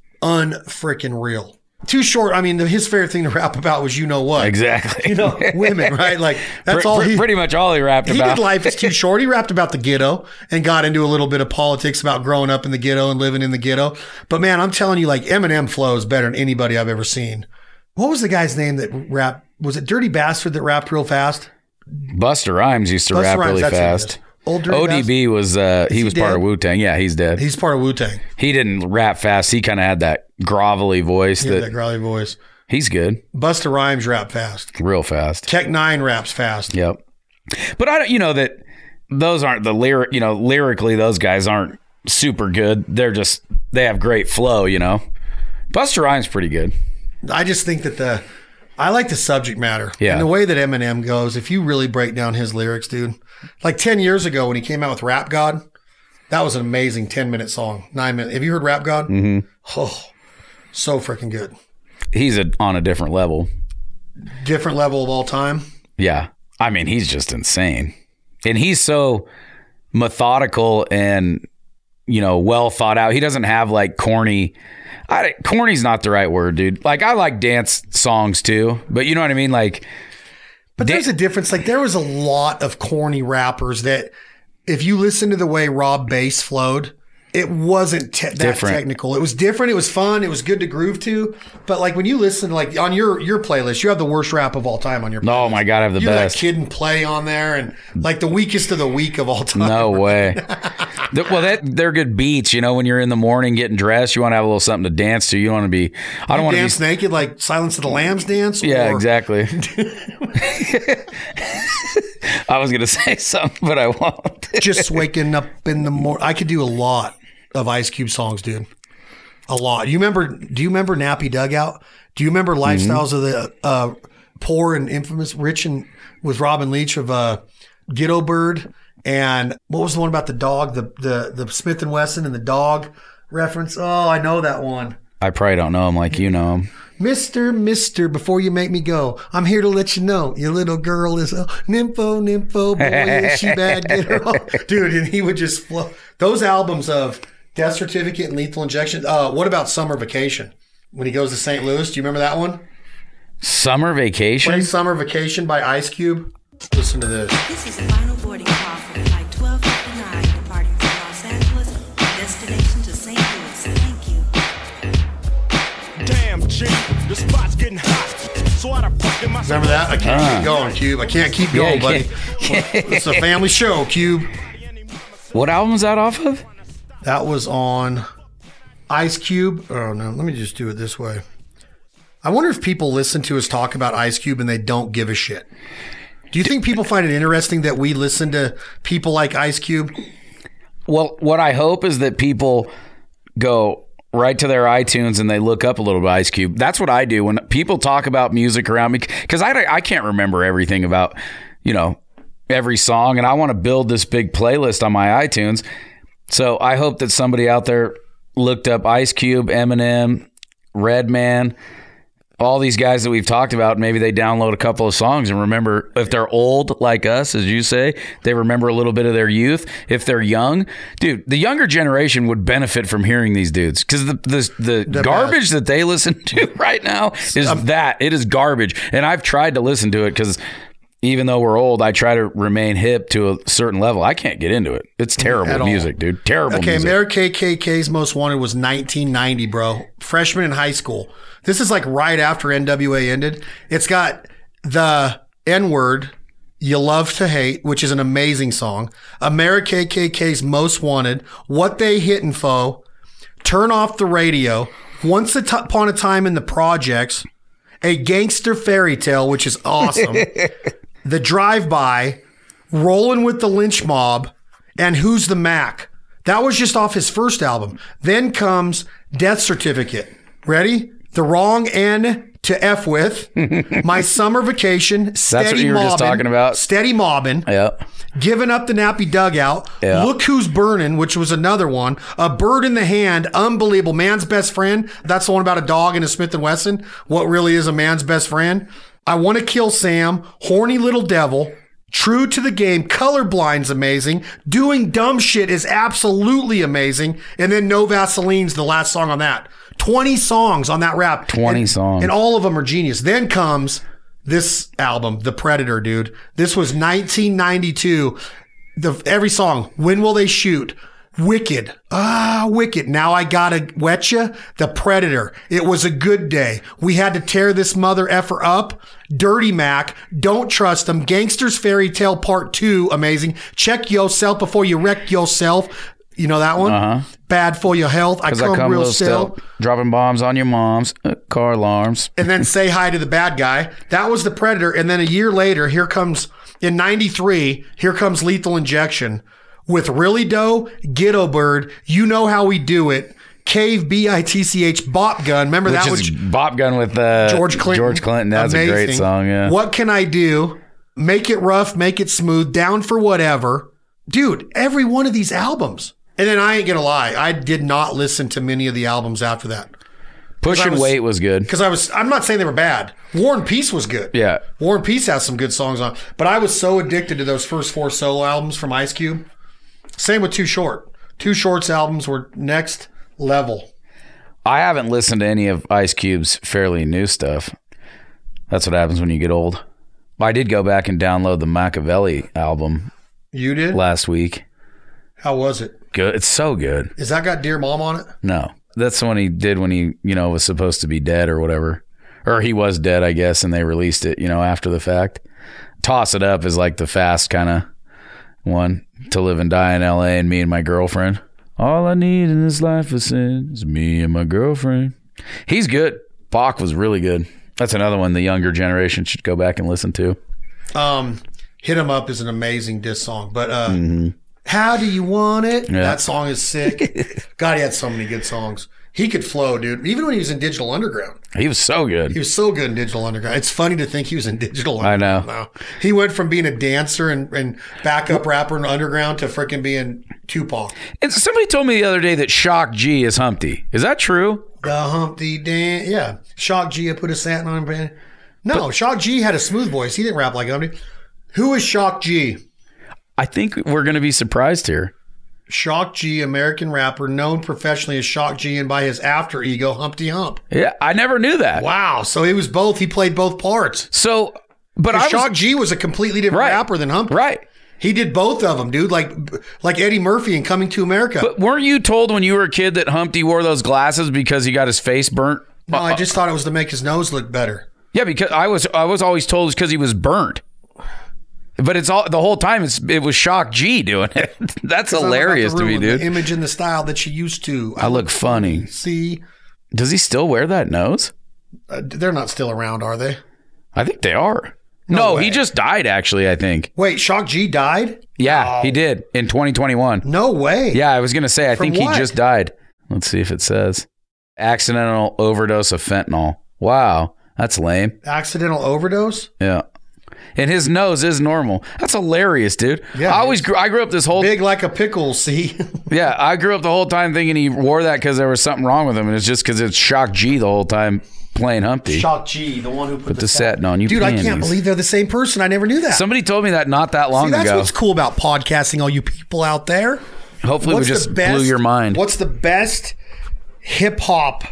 S2: unfreaking real. Too short. I mean, the, his favorite thing to rap about was you know what?
S3: exactly.
S2: You know, women, right? Like that's
S3: Pre-
S2: all
S3: pre-
S2: he.
S3: pretty much all he rapped
S2: He
S3: about.
S2: did life is too short. He rapped about the ghetto and got into a little bit of politics about growing up in the ghetto and living in the ghetto. But man, I'm telling you, like Eminem flows better than anybody I've ever seen. What was the guy's name that rapped? Was it Dirty Bastard that rapped real fast?
S3: Buster Rhymes used to
S2: Busta
S3: rap
S2: Rhymes,
S3: really
S2: that's who it
S3: fast.
S2: is. Old Dirty
S3: ODB was uh, he
S2: he
S3: was part
S2: dead?
S3: of Wu Tang. Yeah, he's dead.
S2: He's part of Wu Tang.
S3: He didn't rap fast. He kind of had that grovelly voice
S2: Yeah,
S3: that,
S2: that growly voice.
S3: he's good,
S2: Busta Rhymes rap fast.
S3: real fast.
S2: Tech Nine raps fast.
S3: Yep. But I don't, you know, that those aren't the lyric, you know, lyrically, those guys aren't super good. They're just, they have great flow, you know. Buster Rhymes pretty good.
S2: I just think that the I like the subject matter.
S3: Yeah.
S2: And the way that Eminem goes, if you really break down his lyrics, dude, like 10 years ago when he came out with Rap God, that was an amazing 10 minute song. Nine minute. Have you heard Rap God? Mm-hmm. Oh, so freaking good.
S3: He's a, on a different level.
S2: Different level of all time.
S3: Yeah. I mean, he's just insane. And he's so methodical and, you know, well thought out. He doesn't have like corny. I, corny's not the right word, dude. Like, I like dance songs too, but you know what I mean? Like,
S2: But
S3: Da-
S2: there's a difference. Like there was a lot of corny rappers that, if you listen to the way raw bass flowed, it wasn't te- that
S3: Different.
S2: technical. It was different. It was fun. It was good to groove to. But like when you listen, like on your your playlist, you have the worst rap of all time on your.
S3: oh
S2: playlist.
S3: my God, I have the
S2: You have
S3: best.
S2: that kid and play on there, and like the weakest of the weak of all time.
S3: No way. Th- well, that they're good beats. You know, when you're in the morning getting dressed, you want to have a little something to dance to. You don't want to be. I don't want to
S2: dance
S3: be.
S2: naked like Silence of the Lambs dance.
S3: Yeah,
S2: or-
S3: exactly. I was gonna say something, but I won't.
S2: just waking up in the morning. I could do a lot of Ice Cube songs, dude. A lot. You remember? Do you remember Nappy Dugout? Do you remember Lifestyles of the uh, Poor and Infamous, Rich and with Robin Leach of uh, Ghetto Bird, and what was the one about the dog? The the the Smith and Wesson and the dog reference. Oh, I know that one.
S3: I probably don't know him like you know him.
S2: Mister, Mister, before you make me go, I'm here to let you know your little girl is a nympho, nympho, boy, is she bad, get her off. Dude, and he would just flow. Those albums of Death Certificate and Lethal Injection. Uh, what about Summer Vacation? When he goes to St. Louis, do you remember that one?
S3: Summer
S2: Play
S3: vacation.
S2: Summer Vacation by Ice Cube. Listen to this.
S5: This is the final boarding call for flight 1259 departing from Los Angeles, destination to St. Louis. Thank you.
S4: Damn, G, the spot's getting hot. So out of pocket, my
S2: Remember that? I can't keep going, Cube. I can't keep going,
S3: Ah. Yeah, you
S2: buddy. it's a family show, Cube.
S3: What album is that off of?
S2: That was on Ice Cube. Oh no, let me just do it this way. I wonder if people listen to us talk about Ice Cube and they don't give a shit. Do you think people find it interesting that we listen to people like Ice Cube?
S3: Well, what I hope is that people go right to their iTunes and they look up a little bit Ice Cube. That's what I do when people talk about music around me because I, don't- I can't remember everything about, you know, every song. And I want to build this big playlist on my iTunes. So I hope that somebody out there looked up Ice Cube, Eminem, Redman, all these guys that we've talked about. Maybe they download a couple of songs and remember if they're old like us, as you say, they remember a little bit of their youth. If they're young, dude, the younger generation would benefit from hearing these dudes because the the, the, garbage that they listen to right now is
S2: Um,
S3: that it is garbage. And I've tried to listen to it because. Even though we're old, I try to remain hip to a certain level. I can't get into it. It's
S2: At
S3: terrible
S2: all.
S3: music, dude. Terrible
S2: Okay,
S3: music.
S2: Mayor KKK's most wanted was 1990, bro. Freshman in high school. This is like right after NWA ended. It's got the N word, You Love to Hate, which is an amazing song, America KKK's Most Wanted, What They Hit Info, Turn Off the Radio, Once a T- Upon a Time in the Projects, A Gangster Fairy Tale, which is awesome, The Drive By, Rolling with the Lynch Mob, and Who's the Mac. That was just off his first album. Then comes Death Certificate. Ready? The Wrong End to F with, My Summer Vacation, Steady
S3: what you were
S2: mobbing,
S3: just talking about.
S2: Steady Mobbing,
S3: Yep.
S2: Giving Up the Nappy Dugout,
S3: Yeah.
S2: Look Who's Burning, which was another one, A Bird in the Hand, Unbelievable, Man's Best Friend. That's the one about a dog and a Smith & Wesson. What really is a man's best friend? I Want to Kill Sam, Horny Little Devil, True to the Game, Colorblind's amazing, Doing Dumb Shit is absolutely amazing, and then No Vaseline's the last song on that. 20 songs on that rap.
S3: 20
S2: And-
S3: songs.
S2: And all of them are genius. Then comes this album, The Predator, dude. This was 1992. The every song, When Will They Shoot? Wicked. Ah, wicked. Now I gotta wet ya. The Predator. It was a good day. We had to tear this mother effer up. Dirty Mac. Don't trust them. Gangster's Fairy Tale Part 2. Amazing. Check yourself before you wreck yourself. You know that one? Uh-huh. Bad for your health. I
S3: Because I
S2: come,
S3: come
S2: real
S3: little
S2: still
S3: still, dropping bombs on your mom's uh, car alarms.
S2: and then say hi to the bad guy. That was the Predator. And then a year later, here comes in 93, here comes Lethal Injection with Really Doe, Ghetto Bird, You Know How We Do It, Cave B I T C H Bop Gun. Remember
S3: Which
S2: that was
S3: is Bob Gun with uh,
S2: George Clinton.
S3: George Clinton. That's a great
S2: Amazing.
S3: song. Yeah.
S2: What Can I Do? Make It Rough, Make It Smooth, Down for Whatever. Dude, every one of these albums. And then I ain't gonna lie, I did not listen to many of the albums after that.
S3: Push
S2: I
S3: and
S2: was-
S3: Wait was good.
S2: Because I was, I'm not saying they were bad. War and Peace was good.
S3: Yeah.
S2: War and Peace has some good songs on. it. But I was so addicted to those first four solo albums from Ice Cube. Same with Too Short. Too Short's albums were next level.
S3: I haven't listened to any of Ice Cube's fairly new stuff. That's what happens when you get old. I did go back and download the Machiavelli album
S2: You did?
S3: last week.
S2: How was it?
S3: Good. It's so good.
S2: Is that got Dear Mom on it?
S3: No, that's the one he did when he, you know, was supposed to be dead or whatever. Or he was dead, I guess, and they released it, you know, after the fact. Toss It Up is like the fast kind of one to live and die in LA and me and my girlfriend. All I need in this life is sin is me and my girlfriend. He's good. Bach was really good. That's another one the younger generation should go back and listen to.
S2: Um, Hit 'em Up is an amazing diss song. But uh, How Do You Want It? That song is sick. God, he had so many good songs. He could flow, dude. Even when he was in Digital Underground.
S3: He was so
S2: He
S3: good.
S2: was so good in Digital Underground. It's funny to think he was in Digital
S3: I know.
S2: Underground. now. He went from being a dancer and, and backup rapper in Underground to freaking being Tupac.
S3: And somebody told me the other day that Shock G is Humpty. Is that true?
S2: The Humpty Dan. Yeah. Shock G had put a satin on him. No, Shock G had a smooth voice. He didn't rap like Humpty. Who is Shock G?
S3: I think we're going to be surprised here.
S2: Shock G, American rapper, known professionally as Shock G and by his alter ego, Humpty Hump.
S3: Yeah, I never knew that.
S2: Wow. So he was both, he played both parts.
S3: So, but I was,
S2: Shock G was a completely different
S3: Right.
S2: rapper than Humpty.
S3: right.
S2: He did both of them, dude. Like like Eddie Murphy in Coming to America.
S3: But weren't you told when you were a kid that Humpty wore those glasses because he got his face burnt?
S2: no, I just thought it was to make his nose look better.
S3: Yeah, because I was I was always told it's because he was burnt. But it's all the whole time. It's it was Shock G doing it.
S2: It's
S3: That's
S2: not about
S3: hilarious
S2: the
S3: to me,
S2: room, the
S3: dude.
S2: image and the style that she used to.
S3: I look funny.
S2: see.
S3: Does he still wear that nose?
S2: Uh, they're not still around, are they?
S3: I think they are. No,
S2: way.
S3: he just died. Actually, I think.
S2: Wait, Shock G died?
S3: Yeah, he did in 2021.
S2: No way.
S3: Yeah, I was gonna say. I
S2: From
S3: think
S2: what?
S3: he just died. Let's see if it says accidental overdose of fentanyl. Wow, that's lame.
S2: Accidental overdose?
S3: Yeah. And his nose is normal. That's hilarious, dude.
S2: Yeah,
S3: I always grew, I grew up this whole
S2: Big like a pickle, see?
S3: yeah I grew up the whole time thinking he wore that because there was something wrong with him, and it's just because it's Shock G the whole time playing Humpty.
S2: Shock G, the one who put,
S3: Put the satin on you,
S2: Dude, I can't
S3: panties.
S2: believe they're the same person. I never knew that.
S3: somebody told me that not that long
S2: See, that's
S3: ago.
S2: what's cool about podcasting, all you people out there.
S3: Hopefully, we just blew your mind.
S2: What's the best hip hop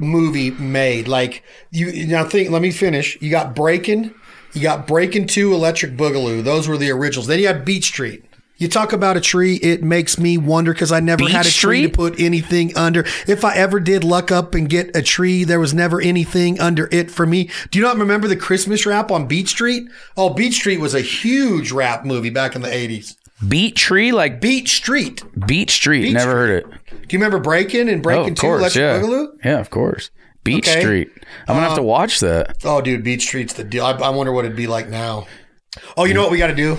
S2: movie made? Like you you now think let me finish. You got Breakin', you got Breakin' 2 Electric Boogaloo. Those were the originals. Then you had Beat Street. You talk about a tree, it makes me wonder because I never
S3: Beech
S2: had a tree
S3: tree?
S2: to put anything under. If I ever did luck up and get a tree, there was never anything under it for me. Do you not remember the Christmas wrap on Beach Street? Oh, Beach Street was a huge rap movie back in the 80s.
S3: Beat Tree, like
S2: Beach Street.
S3: Beat Street.
S2: Beach
S3: Never heard it.
S2: Do you remember Breaking and
S3: Oh,
S2: Breaking
S3: of
S2: 2
S3: course,
S2: Electric
S3: yeah,
S2: Boogaloo?
S3: yeah, of course. Beach
S2: Okay. Uh,
S3: Street. I'm gonna have to watch that.
S2: Oh, dude, Beach Street's the deal. I, I wonder what it'd be like now. Oh, you know what we got to do?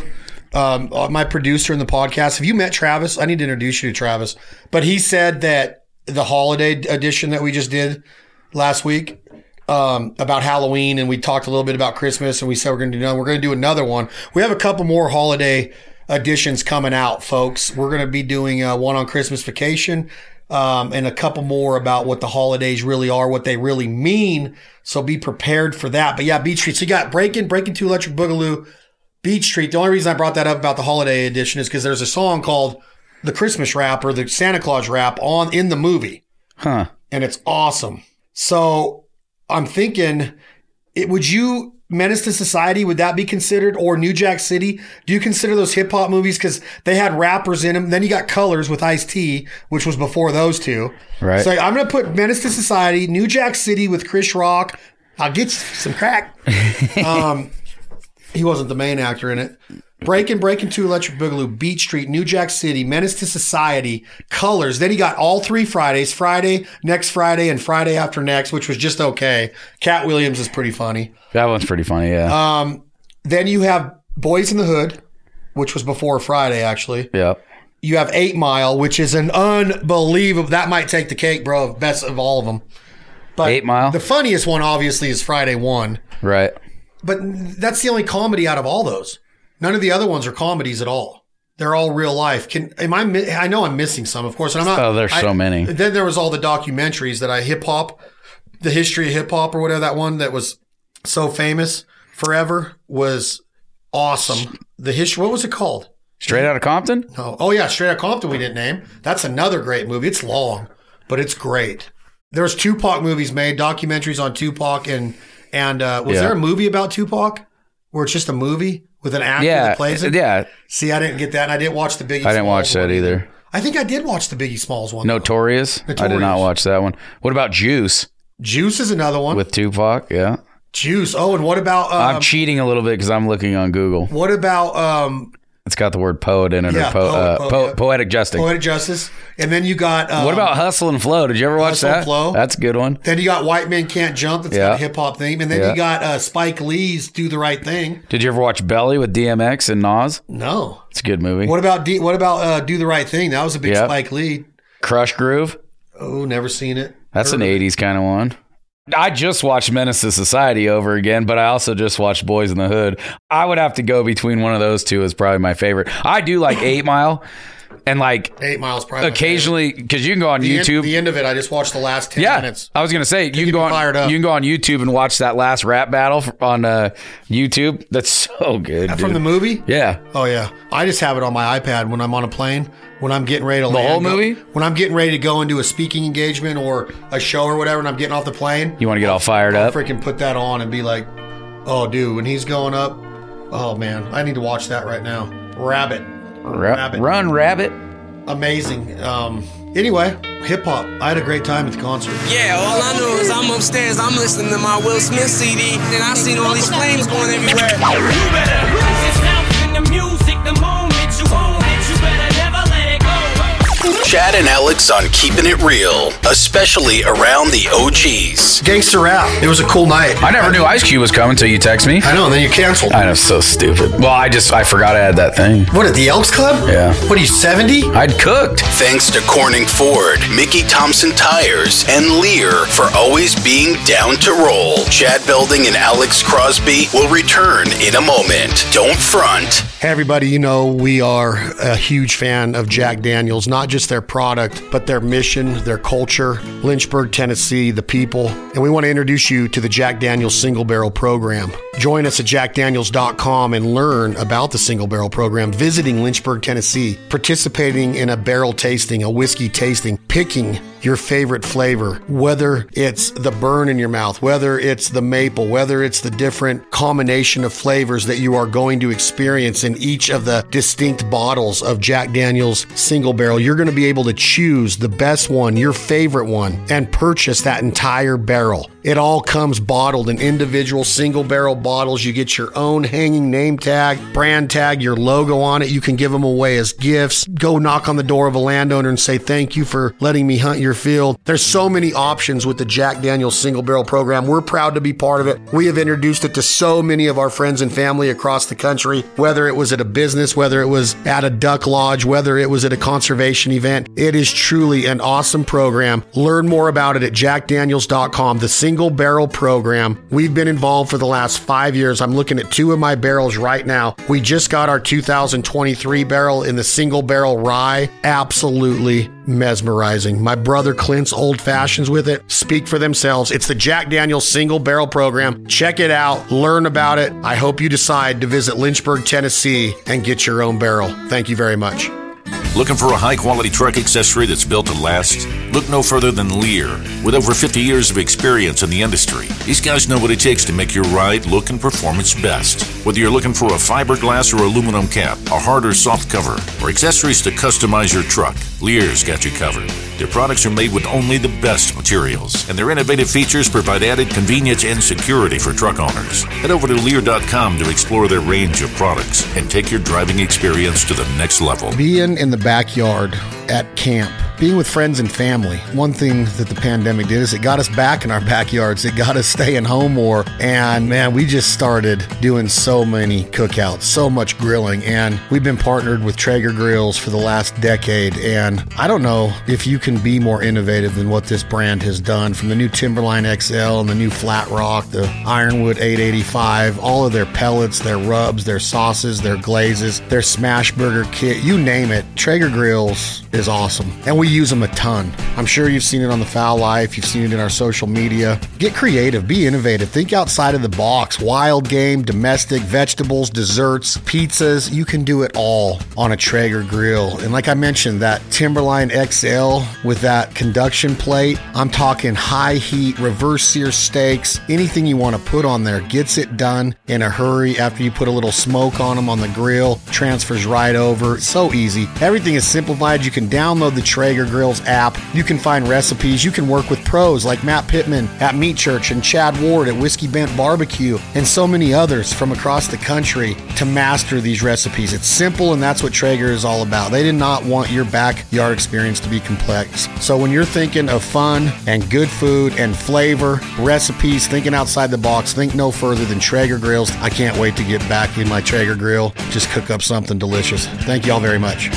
S2: Um, uh, my producer in the podcast. Have you met Travis? I need to introduce you to Travis. But he said that the holiday edition that we just did last week um, about Halloween, and we talked a little bit about Christmas, and we said we're going to do another. We're going to do another one. We have a couple more holiday editions coming out, folks. We're going to be doing uh, one on Christmas vacation um, and a couple more about what the holidays really are, what they really mean. So be prepared for that. But yeah, Beach Street. So you got Breaking, Breaking Two, Electric Boogaloo, Beach Street. The only reason I brought that up about the holiday edition is because there's a song called the Christmas rap or the Santa Claus rap on in the movie
S3: Huh.
S2: and it's awesome. So I'm thinking, it, would you Menace to Society? Would that be considered or New Jack City? Do you consider those hip hop movies because they had rappers in them? Then you got Colors with Ice T, which was before those two.
S3: Right.
S2: So I'm gonna put Menace to Society, New Jack City with Chris Rock. I'll get you some crack. um, he wasn't the main actor in it. Breaking, Breaking Two, Electric Boogaloo, Beach Street, New Jack City, Menace to Society, Colors. Then he got all three Fridays: Friday, next Friday, and Friday after next, which was just okay. Cat Williams is pretty funny.
S3: That one's pretty funny. Yeah.
S2: uh, Then you have Boys in the Hood, which was before Friday, actually.
S3: yep.
S2: You have Eight Mile, which is an unbelievable. That might take the cake, bro. of Best of all of them. But
S3: Eight Mile?
S2: The funniest one, obviously, is Friday One.
S3: Right.
S2: But that's the only comedy out of all those. None of the other ones are comedies at all. They're all real life. Can am I? mi- I know I'm missing some, of course. And I'm not.
S3: Oh, there's
S2: I-
S3: so many.
S2: Then there was all the documentaries that I hip hop, the history of hip hop or whatever. That one that was so famous forever was awesome. The history. What was it called?
S3: Straight out of Compton.
S2: Oh, oh yeah, Straight Outta Compton. We didn't name. That's another great movie. It's long, but it's great. There's Tupac movies made, documentaries on Tupac, and and uh, was
S3: Yeah.
S2: there a movie about Tupac, or it's just a movie with an actor
S3: Yeah.
S2: that plays it?
S3: Yeah.
S2: See, I didn't get that, and I didn't watch the Biggie.
S3: I didn't watch
S2: Smalls
S3: that
S2: one.
S3: either.
S2: I think I did watch the Biggie Smalls one. though.
S3: Notorious. I did not
S2: Notorious.
S3: watch that one. What about Juice
S2: Juice is another one.
S3: with Tupac? Yeah.
S2: Juice. Oh, and what about
S3: I'm
S2: um,
S3: cheating a little bit because I'm looking on Google.
S2: what about um,
S3: It's got the word poet in it
S2: Yeah,
S3: or po-
S2: poet,
S3: uh,
S2: poet,
S3: po-
S2: yeah.
S3: poetic justice.
S2: Poetic Justice? And then you got um,
S3: what about Hustle and Flow? Did you ever watch
S2: Hustle and
S3: that?
S2: Flow.
S3: That's a good one.
S2: Then you got White Men Can't Jump. That's
S3: Yeah.
S2: got a hip hop theme, and then
S3: Yeah.
S2: you got uh, Spike Lee's Do the Right Thing.
S3: Did you ever watch Belly with DMX and Nas?
S2: No.
S3: It's a good movie.
S2: What about D, what about uh, Do the Right Thing? That was a big
S3: Yep.
S2: Spike Lee.
S3: Crush Groove.
S2: Oh, never seen it.
S3: That's an
S2: Heard of it.
S3: '80s kind of one. I just watched Menace to Society over again, but I also just watched Boys in the Hood. I would have to go between one of those two is probably my favorite. I do like Eight Mile, and like
S2: Eight Miles. Probably my
S3: occasionally because you can go on
S2: favorite. The
S3: YouTube.
S2: end, the end of it. I just watched the last ten
S3: yeah, Uh,
S2: minutes.
S3: I was gonna say you can
S2: get
S3: go
S2: you
S3: on
S2: fired up.
S3: you can go on YouTube and watch that last rap battle f- on uh, YouTube. That's so good.
S2: From
S3: dude.
S2: the movie.
S3: yeah,
S2: Oh yeah, I just have it on my iPad when I'm on a plane. When I'm getting ready to the land,
S3: whole
S2: go-
S3: movie?
S2: When I'm getting ready to go into a speaking engagement or a show or whatever, and I'm getting off the plane,
S3: you want to get all fired
S2: I'll
S3: up.
S2: freaking put that on and be like, "Oh, dude, when he's going up, oh man, I need to watch that right now." Rabbit,
S3: Ra-
S2: rabbit.
S3: Run, rabbit.
S2: amazing. Um, anyway, hip hop. I had a great time at the concert.
S6: Yeah, all I know is I'm upstairs, I'm listening to my Will Smith CD, and I seen all these flames going everywhere.
S7: You better lose yourself in the music the moment you own it. You better never let it go.
S1: Chad and Alex on Keeping It Real, especially around the OGs.
S2: Gangster rap. It was a cool night.
S3: I never knew Ice Cube was coming until you text me.
S2: I know, and then you canceled.
S3: I know, so stupid. Well, Oh, I just I forgot I had that thing.
S2: What at the Elks Club?
S3: Yeah.
S2: What are you seventy?
S3: I'd cooked.
S1: Thanks to Corning Ford, Mickey Thompson Tires, and Lear for always being down to roll. Chad Belding and Alex Crosby will return in a moment. Don't front.
S2: Hey everybody, you know we are a huge fan of Jack Daniels, not just their product, but their mission, their culture, Lynchburg, Tennessee, the people. And we want to introduce you to the Jack Daniels Single Barrel Program. Join us at jackdaniels.com and learn about the Single Barrel Program, visiting Lynchburg, Tennessee, participating in a barrel tasting, a whiskey tasting, picking your favorite flavor, whether it's the burn in your mouth, whether it's the maple, whether it's the different combination of flavors that you are going to experience in each of the distinct bottles of Jack Daniels single barrel, you're going to be able to choose the best one, your favorite one, and purchase that entire barrel. It all comes bottled in individual single barrel bottles. You get your own hanging name tag, brand tag, your logo on it. You can give them away as gifts. Go knock on the door of a landowner and say, Thank you for letting me hunt your field. There's so many options with the Jack Daniels single barrel program. We're proud to be part of it. We have introduced it to so many of our friends and family across the country, whether it was at a business, whether it was at a duck lodge, whether it was at a conservation event. It is truly an awesome program. Learn more about it at jackdaniels.com, the single barrel program. We've been involved for the last five years. I'm looking at two of my barrels right now. We just got our 2023 barrel in the single barrel rye. Absolutely mesmerizing. My brother Clint's old fashions with it speak for themselves. It's the Jack Daniels single barrel program. Check it out, learn about it. I hope you decide to visit Lynchburg, Tennessee and get your own barrel. Thank you very much.
S8: Looking for a high quality truck accessory that's built to last? Look no further than Lear. With over 50 years of experience in the industry, these guys know what it takes to make your ride look and perform its best. Whether you're looking for a fiberglass or aluminum cap, a hard or soft cover, or accessories to customize your truck, Lear's got you covered. Their products are made with only the best materials, and their innovative features provide added convenience and security for truck owners. Head over to Lear.com to explore their range of products and take your driving experience to the next level.
S2: Being in the backyard at camp, being with friends and family. One thing that the pandemic did is it got us back in our backyards. It got us staying home more. And man, we just started doing so many cookouts, so much grilling. And we've been partnered with Traeger Grills for the last decade. And I don't know if you can be more innovative than what this brand has done from the new Timberline XL and the new Flat Rock, the Ironwood 885, all of their pellets, their rubs, their sauces, their glazes, their smash burger kit, you name it. Traeger Grills is awesome. And we use them a ton. I'm sure you've seen it on the Foul Life, you've seen it in our social media. Get creative, be innovative, think outside of the box. Wild game, domestic, vegetables, desserts, pizzas, you can do it all on a Traeger grill. And like I mentioned, that Timberline XL with that conduction plate, I'm talking high heat, reverse sear steaks, anything you want to put on there gets it done in a hurry after you put a little smoke on them on the grill, transfers right over. It's so easy. Everything is simplified. You can download the Traeger Grills app. You can find recipes. You can work with pros like Matt Pittman at Meat Church and Chad Ward at Whiskey Bent Barbecue and so many others from across the country to master these recipes. It's simple and that's what Traeger is all about. They did not want your backyard experience to be complex. So when you're thinking of fun and good food and flavor, recipes, thinking outside the box, think no further than Traeger Grills. I can't wait to get back in my Traeger grill. Just cook up something delicious. Thank you all very much.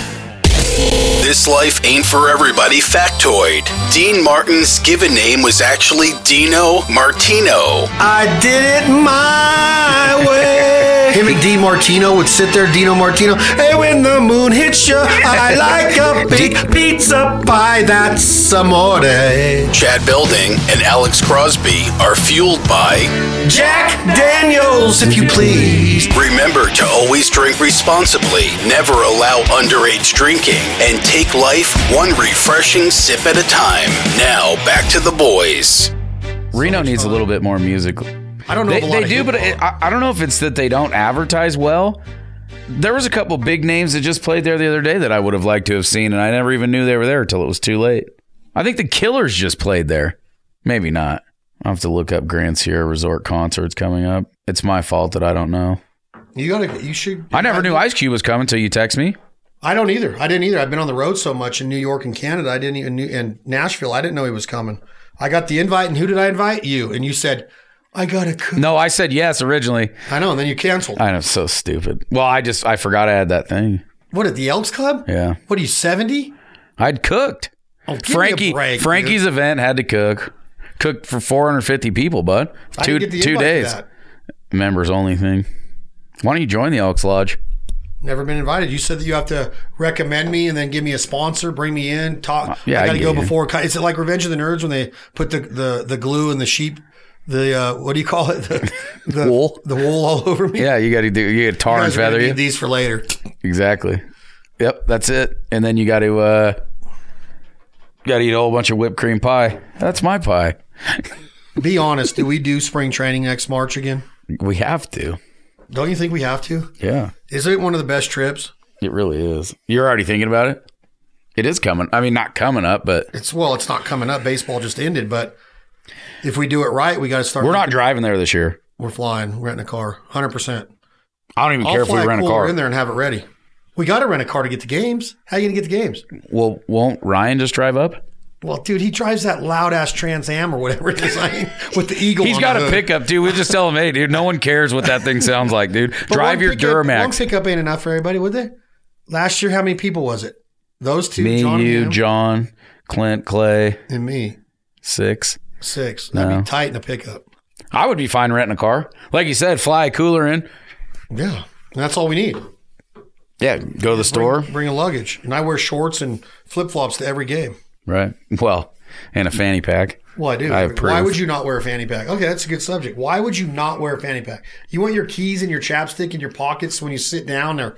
S1: This life ain't for everybody. Factoid. Dean Martin's given name was actually Dino Martino.
S9: I did it my way.
S2: Him and D Martino would sit there, Dino Martino.
S9: Hey, when the moon hits you, I like a big pizza pie. That's some more day.
S1: Chad Belding and Alex Crosby are fueled by.
S9: Jack Daniels, if you please.
S1: Remember to always drink responsibly, never allow underage drinking, and take life one refreshing sip at a time. Now, back to the boys.
S3: Reno needs a little bit more music.
S2: I don't know.
S3: They,
S2: if a lot
S3: they
S2: of
S3: do,
S2: hip
S3: but
S2: hop-
S3: it, I, I don't know if it's that they don't advertise well. There was a couple big names that just played there the other day that I would have liked to have seen, and I never even knew they were there until it was too late. I think the Killers just played there. Maybe not. I'll have to look up Grand Sierra Resort concerts coming up. It's my fault that I don't know.
S2: you gotta. You should.
S3: I never knew Ice Cube was coming until you text me.
S2: I don't either. I didn't either. I've been on the road so much in New York and Canada. I didn't even knew and Nashville. I didn't know he was coming. I got the invite, and who did I invite? You. And you said, "I gotta cook."
S3: No, I said yes originally.
S2: I know, and then you canceled.
S3: I know, so stupid. Well, I just I forgot I had that thing.
S2: what at the Elks Club?
S3: Yeah,
S2: What are you seventy?
S3: I'd cooked.
S2: Oh, give me a
S3: Frankie
S2: break,
S3: Frankie's event had to cook. Cooked for 450 people, bud.
S2: I
S3: Two
S2: didn't get the
S3: two
S2: invite to
S3: days.
S2: that.
S3: Members only thing. Why don't you join the Elks Lodge?
S2: Never been invited. You said that you have to recommend me and then give me a sponsor, bring me in, talk.
S3: Uh, yeah,
S2: I
S3: I
S2: got to
S3: get
S2: go
S3: you.
S2: before. Is it like Revenge of the Nerds when they put the the, the glue and the sheep, the uh, what do you call it? The, the
S3: Wool.
S2: the wool all over me.
S3: Yeah, you got to do. You got to tar
S2: You
S3: and
S2: guys are gonna
S3: feather
S2: need
S3: you.
S2: these for later.
S3: Exactly. Yep, that's it. And then you got to uh, Got to eat a whole bunch of whipped cream pie. That's my pie.
S8: Be honest, do we do spring training next March again?
S3: We have to.
S8: Don't you think we have to?
S3: Yeah,
S8: Is it one of the best trips?
S3: it really is. You're already thinking about it. It is coming. I mean, not coming up, but
S8: It's well, it's not coming up. Baseball just ended, but if we do it right, we got to start.
S3: we're not driving there this year.
S8: We're flying. We're renting a car. Hundred percent.
S3: I don't even care
S8: I'll
S3: if we
S8: fly
S3: rent a
S8: cooler
S3: car.
S8: in there and have it ready. We got to rent a car to get the games. How you gonna get the games?
S3: Well, won't Ryan just drive up?
S8: Well, dude, he drives that loud ass Trans Am or whatever it is like, with the eagle.
S3: He's
S8: on
S3: got
S8: the
S3: a
S8: hood.
S3: pickup, dude. We just tell him, hey, dude, no one cares what that thing sounds like, dude.
S8: But
S3: Drive
S8: one
S3: your
S8: pickup- One
S3: Duramax.
S8: pickup ain't enough for everybody, would they? Last year, how many people was it? Those two,
S3: Me,
S8: John, and
S3: you,
S8: him,
S3: John, Clint, Clay,
S8: and me,
S3: six.
S8: six. That'd
S3: No.
S8: be tight in a pickup.
S3: I would be fine renting a car. Like you said, fly a cooler in.
S8: Yeah, that's all we need.
S3: Yeah, go to the store.
S8: Bring a luggage, and I wear shorts and flip flops to every game.
S3: Right. Well, and a fanny pack.
S8: Well, I do.
S3: I approve.
S8: Why would you not wear a fanny pack? Okay, that's a good subject. Why would you not wear a fanny pack? You want your keys and your chapstick in your pockets when you sit down or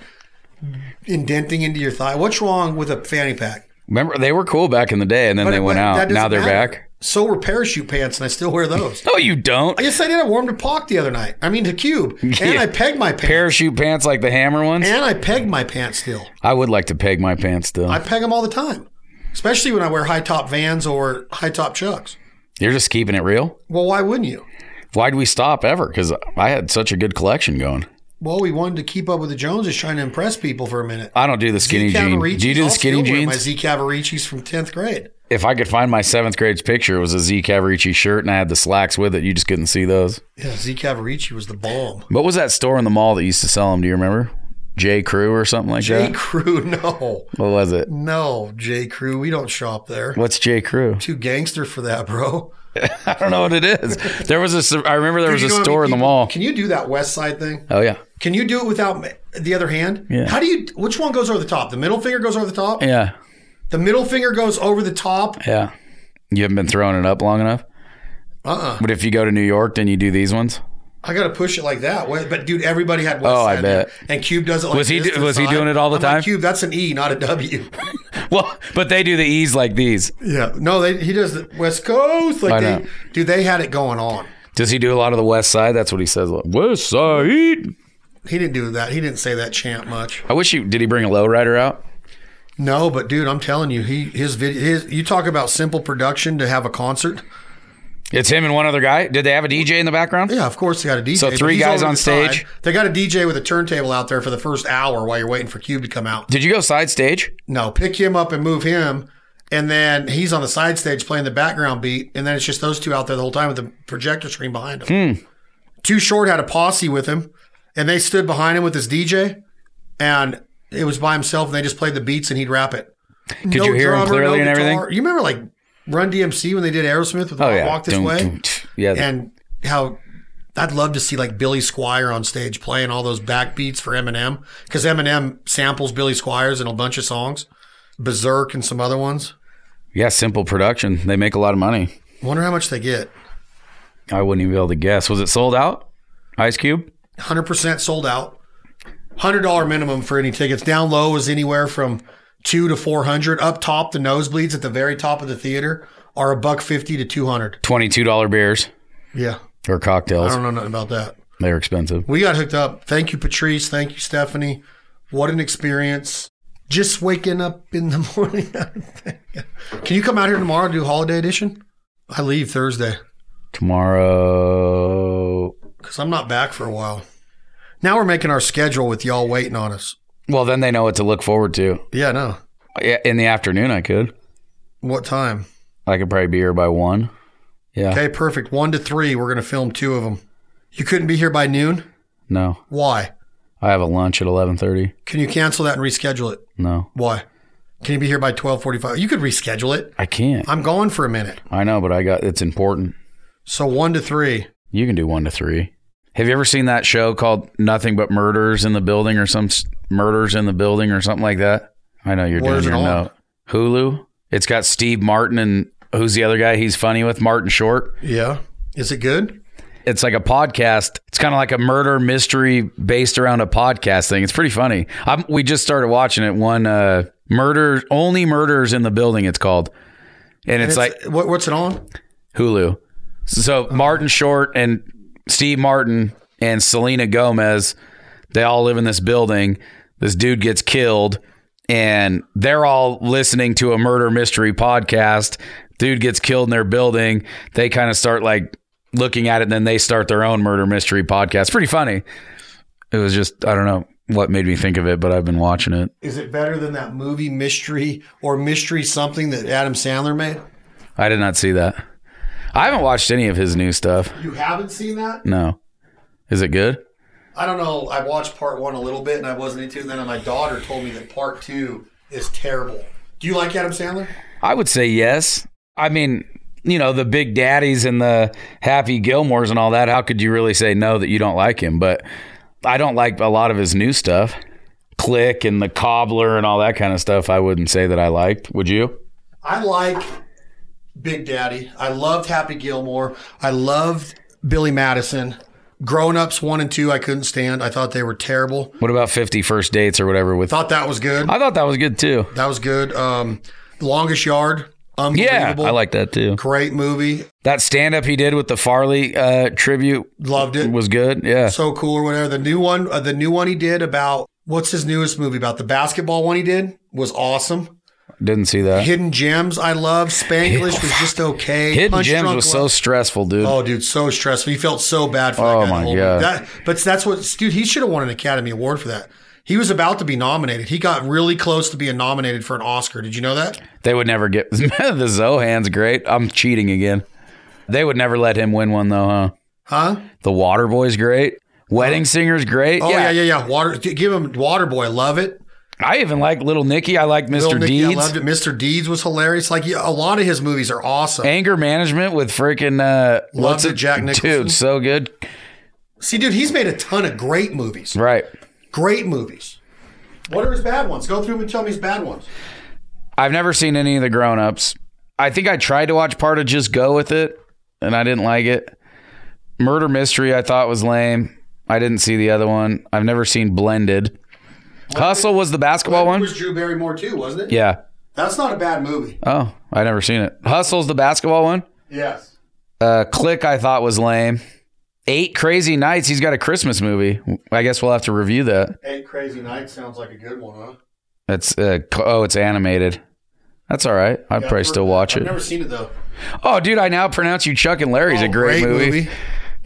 S8: indenting into your thigh. What's wrong with a fanny pack?
S3: Remember, they were cool back in the day, and then
S8: But
S3: they
S8: it-
S3: went
S8: that
S3: out.
S8: doesn't
S3: Now they're
S8: matter.
S3: back.
S8: So were parachute pants, and I still wear those.
S3: No, you don't.
S8: yes, I did. I warmed a pock the other night. I mean, to cube, and
S3: Yeah.
S8: I pegged my pants.
S3: Parachute pants like the hammer ones.
S8: and I pegged my pants still.
S3: I would like to peg my pants still.
S8: I peg them all the time, especially when I wear high top Vans or high top Chucks.
S3: You're just keeping it real.
S8: Well, why wouldn't you?
S3: Why'd we stop ever? Because I had such a good collection going.
S8: Well, we wanted to keep up with the Joneses, trying to impress people for a minute.
S3: I don't do the skinny
S8: Z
S3: jean.
S8: Cavariccis.
S3: Do you do
S8: I'll
S3: the skinny
S8: still wear My
S3: jeans?
S8: Z Cavaricis from tenth grade.
S3: if I could find my seventh grade's picture, it was a Z Cavarici shirt, and I had the slacks with it. You just couldn't see those.
S8: Yeah, Z Cavarici was the bomb.
S3: What was that store in the mall that used to sell them? Do you remember? J Crew or something like
S8: J
S3: that.
S8: Crew, no,
S3: What was it?
S8: no, J Crew, we don't shop there.
S3: What's J Crew?
S8: Too gangster for that, bro.
S3: I don't know what it is. There was a. I remember there was
S8: You
S3: a
S8: know how
S3: store
S8: many
S3: in the
S8: people-
S3: mall.
S8: Can you do that West Side thing?
S3: Oh yeah,
S8: Can you do it without ma- the other hand?
S3: Yeah.
S8: How do you? Which one goes over the top? The middle finger goes over the top.
S3: yeah,
S8: The middle finger goes over the top.
S3: yeah. You haven't been throwing it up long enough.
S8: Uh-uh.
S3: Uh. uh But if you go to New York, then you do these ones.
S8: I gotta push it like that. Wait, But dude, everybody had West
S3: Oh, I
S8: Side there.
S3: bet.
S8: And Cube does it. Like
S3: Was he
S8: this
S3: do-
S8: to
S3: was he
S8: side.
S3: doing it all the
S8: I'm like,
S3: time?
S8: Cube, that's an E, not a W.
S3: Well, but they do the E's like these.
S8: Yeah, no, they, he does the West Coast. Like,
S3: I
S8: they,
S3: know.
S8: dude, they had it going on.
S3: Does he do a lot of the West Side? That's what he says. like, West Side.
S8: He didn't do that. He didn't say that chant much.
S3: I wish he did. He bring a lowrider out.
S8: No, but dude, I'm telling you, he his video. His, you talk about simple production to have a concert.
S3: It's him and one other guy. Did they have a DJ in the background?
S8: Yeah, of course they got a DJ.
S3: So
S8: but
S3: three
S8: he's
S3: guys
S8: over
S3: on
S8: the side.
S3: stage?
S8: They got a DJ with a turntable out there for the first hour while you're waiting for Cube to come out.
S3: Did you go side stage?
S8: No, pick him up and move him, and then he's on the side stage playing the background beat, and then it's just those two out there the whole time with the projector screen behind him.
S2: Hmm.
S8: Too Short had a posse with him, and they stood behind him with his DJ, and it was by himself, and they just played the beats and he'd rap it.
S3: Could you hear him clearly and everything?
S8: You remember like Run DMC when they did Aerosmith with
S3: Oh yeah.
S8: Walk This
S3: Dun,
S8: Way?
S3: dun, tch. yeah.
S8: and how I'd love to see like Billy Squire on stage playing all those backbeats for Eminem because Eminem samples Billy Squire's in a bunch of songs, Berserk and some other ones.
S3: yeah. Simple production. They make a lot of money.
S8: Wonder how much they get.
S3: I wouldn't even be able to guess. Was it sold out? Ice Cube.
S8: Hundred percent sold out. Hundred dollar minimum for any tickets. Down low is anywhere from two to four hundred. Up top, the nosebleeds at the very top of the theater are a buck fifty to two hundred.
S3: Twenty-two dollar beers
S8: Yeah,
S3: or
S8: I
S3: cocktails.
S8: don't know nothing about that.
S3: They're expensive.
S8: We got hooked up. Thank you, Patrice. Thank you, Stephanie. What an experience. Just waking up in the morning. Can you come out here tomorrow and do holiday edition? I leave Thursday
S3: Tomorrow.
S8: because I'm not back for a while. Now we're making our schedule with y'all waiting on us.
S3: Well, then they know what to look forward to.
S8: Yeah, no.
S3: Yeah, In the afternoon, I could.
S8: What time?
S3: I could probably be here by one. Yeah.
S8: Okay, perfect. One to three. We're going to film two of them. You couldn't be here by noon?
S3: No,
S8: Why?
S3: I have a lunch at eleven thirty.
S8: Can you cancel that and reschedule it?
S3: No,
S8: Why? Can you be here by 1245? You could reschedule it.
S3: I can't.
S8: I'm gone for a minute.
S3: I know, but I got. It's important.
S8: So one to three.
S3: You can do one to three. Have you ever seen that show called Nothing But Murders in the Building or some s- Murders in the Building or something like that? I know you're
S8: Where's
S3: doing
S8: it
S3: your
S8: on?
S3: note. Hulu. It's got Steve Martin and who's the other guy he's funny with? Martin Short.
S8: Yeah. Is it good?
S3: It's like a podcast. It's kind of like a murder mystery based around a podcast thing. It's pretty funny. I'm, we just started watching it. One uh, murder, only murders in the building. It's called. and it's, like
S2: what, what's it on?
S3: Hulu. So Martin Short and Steve Martin and Selena Gomez, they all live in this building. This dude gets killed, and they're all listening to a murder mystery podcast. Dude gets killed in their building. They kind of start like looking at it, and then they start their own murder mystery podcast. Pretty funny. It was just I don't know what made me think of it, but I've been watching it.
S2: Is it better than that movie Mystery or Mystery something that Adam Sandler made?
S3: I did not see that. I haven't watched any of his new stuff.
S2: You haven't seen that?
S3: No. Is it good?
S2: I don't know. I watched part one a little bit and I wasn't into it. Then my daughter told me that part two is terrible. Do you like Adam Sandler?
S3: I would say yes. I mean, you know, the Big Daddies and the Happy Gilmores and all that. How could you really say no that you don't like him? But I don't like a lot of his new stuff. Click and the Cobbler and all that kind of stuff. I wouldn't say that I liked. Would you?
S2: I like Big Daddy. I loved Happy Gilmore. I loved Billy Madison. Grown Ups 1 and 2, I couldn't stand. I thought they were terrible.
S3: What about 50 First Dates or whatever with?
S2: Thought that was good.
S3: I thought that was good too.
S2: That was good. Um, Longest Yard,
S3: Yeah,
S2: unbelievable.
S3: I like that too.
S2: Great movie.
S3: That stand up he did with the Farley uh, tribute
S2: Loved it.
S3: was good. Yeah.
S2: so cool or whatever. The new one, uh, the new one he did about what's his newest movie about? The basketball one he did was awesome.
S3: Didn't see that.
S2: Hidden Gems, I love. Spanglish was just okay.
S3: Hidden
S2: Punch
S3: Gems
S2: Drunk
S3: was so
S2: Love-
S3: stressful, dude.
S2: Oh, dude, so stressful. He felt so bad for
S3: Oh,
S2: that guy. the
S3: my
S2: whole-
S3: God.
S2: That, but that's what, dude, he should have won an Academy Award for that. He was about to be nominated. He got really close to being nominated for an Oscar. Did you know that?
S3: They would never get the Zohan's great. I'm cheating again. They would never let him win one though, huh?
S2: Huh?
S3: The Waterboy's great. Wedding Singer's great.
S2: Oh, yeah, yeah, yeah. Water, d- give him Waterboy. Love it.
S3: I even like Little Nicky. I like Mr.
S2: Little Nicky, I
S3: Deeds.
S2: loved it. Mr. Deeds was hilarious. Like, yeah, a lot of his movies are awesome.
S3: Anger management with freaking uh, what's
S2: it,
S3: it?
S2: Jack Nicholson.
S3: Dude, so good.
S2: See, dude, he's made a ton of great movies.
S3: Right.
S2: Great movies. What are his bad ones? Go through them and tell me his bad ones.
S3: I've never seen any of the grown ups. I think I tried to watch part of Just Go with It, and I didn't like it. Murder Mystery I thought was lame. I didn't see the other one. I've never seen Blended. Hustle was the basketball
S2: It
S3: one.
S2: was Drew Barrymore too, wasn't it?
S3: Yeah.
S2: That's not a bad movie.
S3: Oh, I never seen it. Hustle's the basketball one.
S2: Yes.
S3: Uh, Click I thought was lame. Eight Crazy Nights. He's got a Christmas movie. I guess we'll have to review that.
S2: Eight Crazy Nights sounds like a good one, huh?
S3: That's uh, c- oh, it's animated. That's all right. I'd probably still watch
S2: I've
S3: it.
S2: never seen it though.
S3: oh, dude, I now pronounce you Chuck and Larry's a great, movie.
S2: Great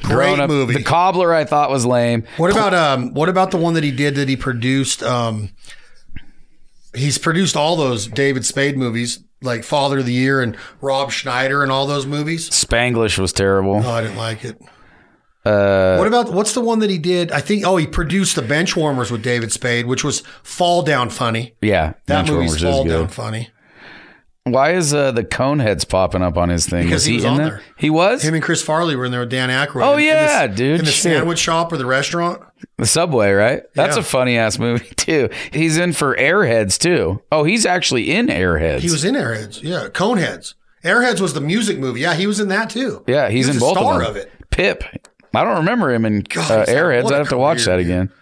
S3: Grown up-
S2: movie.
S3: The Cobbler I thought was lame.
S2: what about um? What about the one that he did that he produced? Um, he's produced all those David Spade movies, like Father of the Year and Rob Schneider and all those movies.
S3: Spanglish was terrible.
S2: Oh, I didn't like it.
S3: Uh,
S2: what about what's the one that he did? I think oh he produced the bench warmers with David Spade, which was fall down funny.
S3: yeah,
S2: That
S3: Benchwarmers
S2: movie's
S3: is
S2: fall
S3: good.
S2: down funny.
S3: Why is uh, the Coneheads popping up on his thing?
S2: Because he was
S3: in
S2: on
S3: there?
S2: there.
S3: He was
S2: Him and Chris Farley were in there with Dan Aykroyd.
S3: Oh,
S2: in- in the-
S3: yeah, dude,
S2: in the
S3: shit.
S2: sandwich shop or the restaurant.
S3: The Subway, right? That's
S2: Yeah.
S3: a funny ass movie too. He's in for Airheads too. Oh, he's actually in Airheads.
S2: He was in Airheads. Yeah, Coneheads. Airheads was the music movie. Yeah, he was in that too.
S3: yeah, he's
S2: He
S3: in
S2: was the
S3: both
S2: star
S3: of them.
S2: of it.
S3: Pip. I don't remember him in uh,
S2: God, he's-
S3: Airheads.
S2: what
S3: I'd
S2: a
S3: have to watch
S2: career,
S3: that again.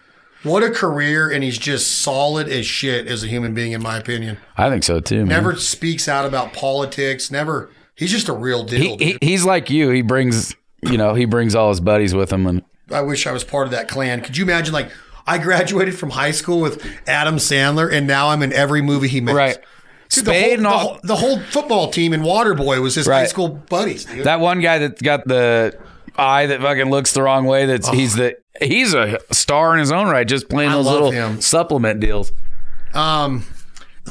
S2: What a career, and he's just solid as shit as a human being, in my opinion.
S3: I think so too. Man.
S2: Never speaks out about politics. Never. He's just a real deal.
S3: He,
S2: dude.
S3: he he's like you. He brings you know he brings all his buddies with him and
S2: I wish I was part of that clan. Could you imagine? Like, I graduated from high school with Adam Sandler, and now I'm in every movie he makes.
S3: right.
S2: Dude,
S3: Spade and
S2: the, whole,
S3: all-
S2: the whole the whole football team in Waterboy was his high
S3: Right.
S2: school buddies. Dude.
S3: That one guy that got the eye that fucking looks the wrong way. That's he's the he's a star in his own right. Just playing
S2: I
S3: those
S2: love
S3: little
S2: him.
S3: supplement deals.
S2: um,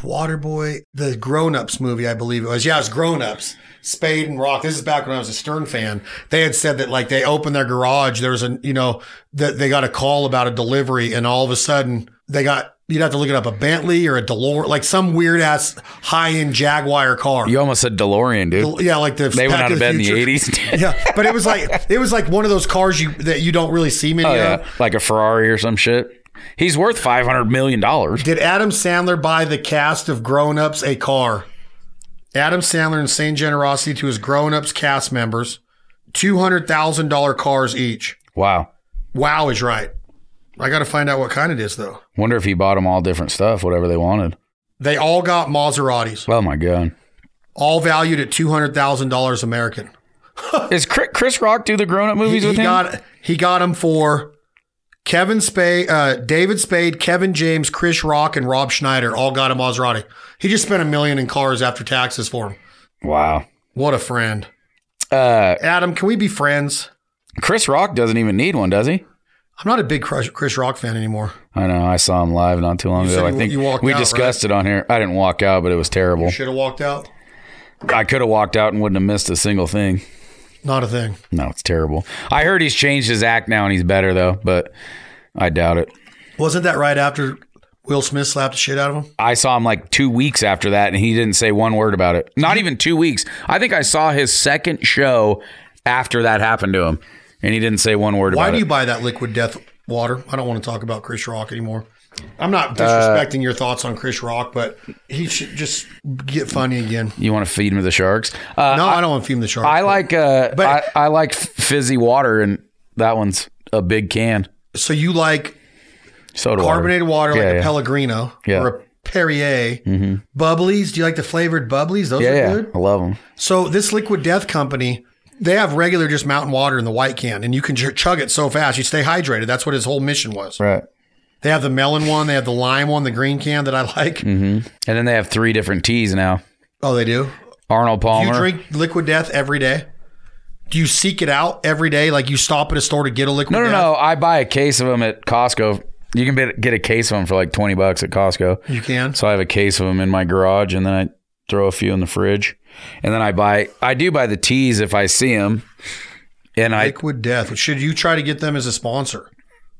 S2: Waterboy, the Grown Ups movie, I believe it was. Yeah, it was Grown Ups. Spade and Rock. This is back when I was a Stern fan. They had said that like they opened their garage. There was a you know that they got a call about a delivery, and all of a sudden they got you'd have to look it up a Bentley or a Delore, like some weird ass high end Jaguar car.
S3: You almost said DeLorean, dude.
S2: yeah, like the
S3: they went
S2: Back
S3: out
S2: to
S3: of bed
S2: Future.
S3: in the 80s.
S2: yeah, but it was like it was like one of those cars you that you don't really see many
S3: Oh,
S2: of.
S3: yeah. Like a Ferrari or some shit. He's worth five hundred million dollars.
S2: Did Adam Sandler buy the cast of Grown Ups a car? Adam Sandler insane generosity to his Grown Ups cast members, two hundred thousand dollar cars each.
S3: Wow.
S2: Wow is right. I got to find out what kind it is though.
S3: Wonder if he bought them all different stuff, whatever they wanted.
S2: They all got Maseratis.
S3: Oh my god.
S2: all valued at two hundred thousand dollars American.
S3: Is Chri- Chris Rock do the grown up movies
S2: he,
S3: with
S2: he
S3: him?
S2: got he got him for Kevin Spade, uh, David Spade, Kevin James, Chris Rock, and Rob Schneider all got a Maserati. He just spent a million in cars after taxes for him.
S3: wow.
S2: What a friend,
S3: Uh,
S2: Adam. Can we be friends?
S3: Chris Rock doesn't even need one, does he?
S2: I'm not a big Crush- Chris Rock fan anymore.
S3: I know. I saw him live not too long
S2: You
S3: ago.
S2: said
S3: I
S2: you-
S3: think
S2: you walked
S3: we
S2: out,
S3: discussed it on here. I didn't walk out, but it was terrible.
S2: Should have walked out.
S3: I could have walked out and wouldn't have missed a single thing.
S2: Not a thing.
S3: No, it's terrible. I heard he's changed his act now and he's better though, but I doubt it.
S2: Wasn't that right after Will Smith slapped the shit out of him?
S3: I saw him like two weeks after that, and he didn't say one word about it. Not even two weeks. I think I saw his second show after that happened to him, and he didn't say one word
S2: Why
S3: about
S2: do you
S3: it.
S2: buy that liquid death water? I don't want to talk about Chris Rock anymore. I'm not
S3: Uh,
S2: disrespecting your thoughts on Chris Rock, but he should just get funny again.
S3: You want to feed him to the sharks? Uh,
S2: No, I, don't want to feed him the shark.
S3: I like uh,
S2: But-
S3: I, I like fizzy water, and that one's a big can
S2: so you like
S3: soda
S2: carbonated water,
S3: Yeah,
S2: like a
S3: yeah.
S2: Pellegrino
S3: Yeah. Mm-hmm.
S2: or a Perrier. Bubblies. Do you like the flavored bubblies? Those
S3: Yeah,
S2: are
S3: yeah,
S2: good.
S3: I love them.
S2: So this liquid death company, they have regular just mountain water in the white can, and you can ch- chug it so fast you stay hydrated. That's what his whole mission was.
S3: Right,
S2: They have the melon one, they have the lime one, the green can that I like.
S3: Mm-hmm. and then they have three different teas now.
S2: Oh, they do.
S3: Arnold
S2: Do
S3: Palmer.
S2: you drink liquid death every day? Do you seek it out every day? Like you stop at a store to get a liquid
S3: No, no,
S2: death?
S3: no. I buy a case of them at Costco. You can bet- get a case of them for like 20 bucks at Costco.
S2: You can.
S3: So I have a case of them in my garage and then I throw a few in the fridge. And then I buy, I do buy the teas if I see them. And I,
S2: liquid death. Should you try to get them as a sponsor?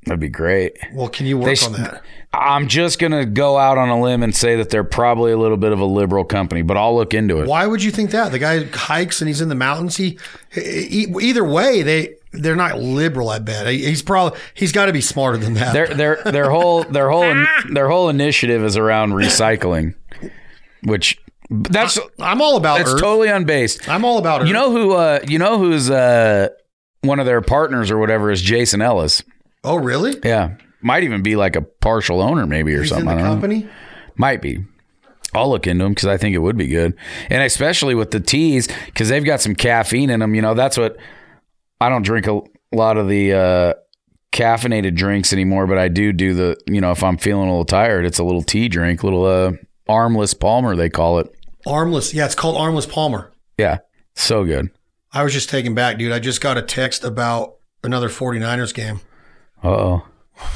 S3: that'd be great.
S2: Well, can you work
S3: They
S2: on
S3: sh-
S2: that?
S3: I'm just going to go out on a limb and say that they're probably a little bit of a liberal company, but I'll look into it.
S2: Why would you think that? The guy hikes and he's in the mountains. He, e- e- either way, they they're not liberal. I bet He- he's probably he's got to be smarter than that.
S3: Their, their, their whole, their whole, their whole initiative is around recycling, which that's,
S2: I'm all about
S3: it's
S2: Uh, Earth.
S3: totally unbased.
S2: I'm all about Earth.
S3: You know who? Uh, you know who's uh, one of their partners or whatever is Jason Ellis.
S2: Oh, really?
S3: Yeah, might even be like a partial owner, maybe or
S2: He's in
S3: something.
S2: the
S3: I don't know.
S2: company.
S3: Might be. I'll look into them because I think it would be good, and especially with the teas because they've got some caffeine in them. You know, that's what I don't drink a lot of the uh, caffeinated drinks anymore, but I do do the. You know, if I'm feeling a little tired, it's a little tea drink, little uh, armless Palmer they call it.
S2: Armless. Yeah, it's called Armless Palmer.
S3: Yeah, so good.
S2: I was just taken back, dude. I just got a text about another 49ers game.
S3: Uh oh.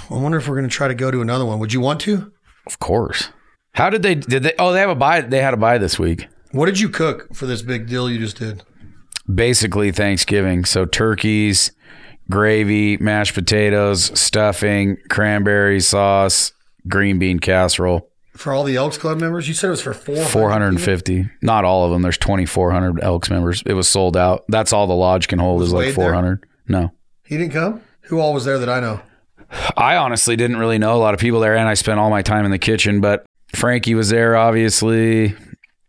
S2: I wonder if we're going to try to go to another one. Would you want to?
S3: Of course. How did they did they oh they have a buy they had a buy this week.
S2: What did you cook for this big deal you just did?
S3: Basically Thanksgiving. So turkeys, gravy, mashed potatoes, stuffing, cranberry sauce, green bean casserole.
S2: For all the Elks Club members? You said it was for 400.
S3: 450. Not all of them. There's 2400 Elks members. It was sold out. That's all the lodge can hold is like
S2: Wade there?
S3: 400. No.
S2: He didn't come? Who all was there that I know?
S3: I honestly didn't really know a lot of people there and I spent all my time in the kitchen, but Frankie was there obviously.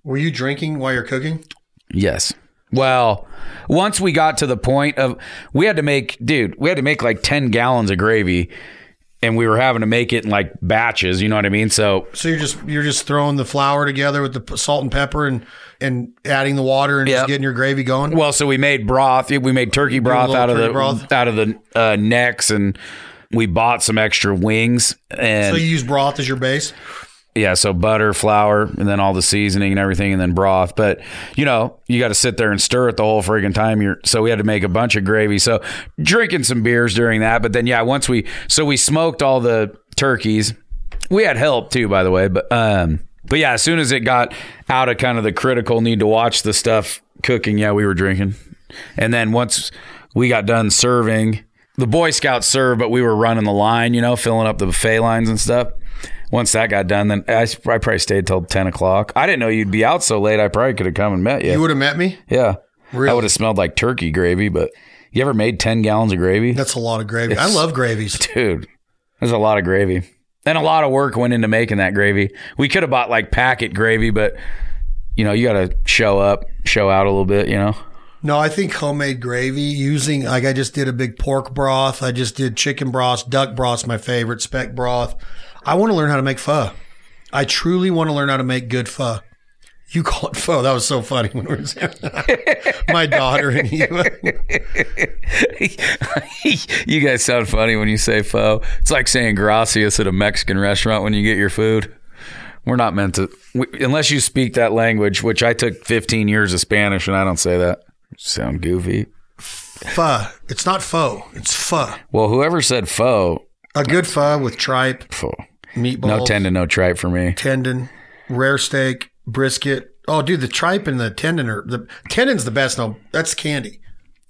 S2: Were you drinking while you're cooking?
S3: Yes. Well, once we got to the point of we had to make dude, we had to make like 10 gallons of gravy and we were having to make it in like batches, you know what I mean? So,
S2: So you're just you're just throwing the flour together with the p- salt and pepper and and adding the water and
S3: Yep.
S2: just getting your gravy going.
S3: well, so we made broth, we made turkey broth
S2: little
S3: out of
S2: turkey
S3: the
S2: broth?
S3: out of the uh, necks and we bought some extra wings and
S2: so you use broth as your base.
S3: yeah, so butter, flour, and then all the seasoning and everything, and then broth. But you know, you got to sit there and stir it the whole friggin' time. You're so we had to make a bunch of gravy. So drinking some beers during that, but then yeah, once we so we smoked all the turkeys. We had help too, by the way. But um, but yeah, as soon as it got out of kind of the critical need to watch the stuff cooking, yeah, we were drinking. And then once we got done serving, the Boy Scouts served, but we were running the line, you know, filling up the buffet lines and stuff. Once that got done, then I, I probably stayed till 10 o'clock. I didn't know you'd be out so late. I probably could have come and met you.
S2: You would have met me.
S3: yeah.
S2: Really?
S3: I would have smelled like turkey gravy, but you ever made 10 gallons of gravy?
S2: That's a lot of gravy. I
S3: It's-
S2: love gravies.
S3: Dude, there's a lot of gravy. And a lot of work went into making that gravy. We could have bought like packet gravy, but you know, you got to show up, show out a little bit, you know?
S2: No, I think homemade gravy using like I just did a big pork broth. I just did chicken broth, duck broth's my favorite, speck broth. I want to learn how to make pho. I truly want to learn how to make good pho.
S8: You called pho. That was so funny when we were my daughter and you.
S3: you guys sound funny when you say pho. It's like saying gracias at a Mexican restaurant when you get your food. We're not meant to, we, unless you speak that language, which I took 15 years of Spanish and I don't say that. Sound goofy.
S2: Pho. It's not pho. It's pho.
S3: Well, whoever said pho,
S2: A good pho with tripe,
S3: pho.
S2: meatballs,
S3: no tendon, no tripe for me.
S2: tendon, rare steak, brisket. Oh, dude, the tripe and the tendon are the tendon's the best. No, that's candy.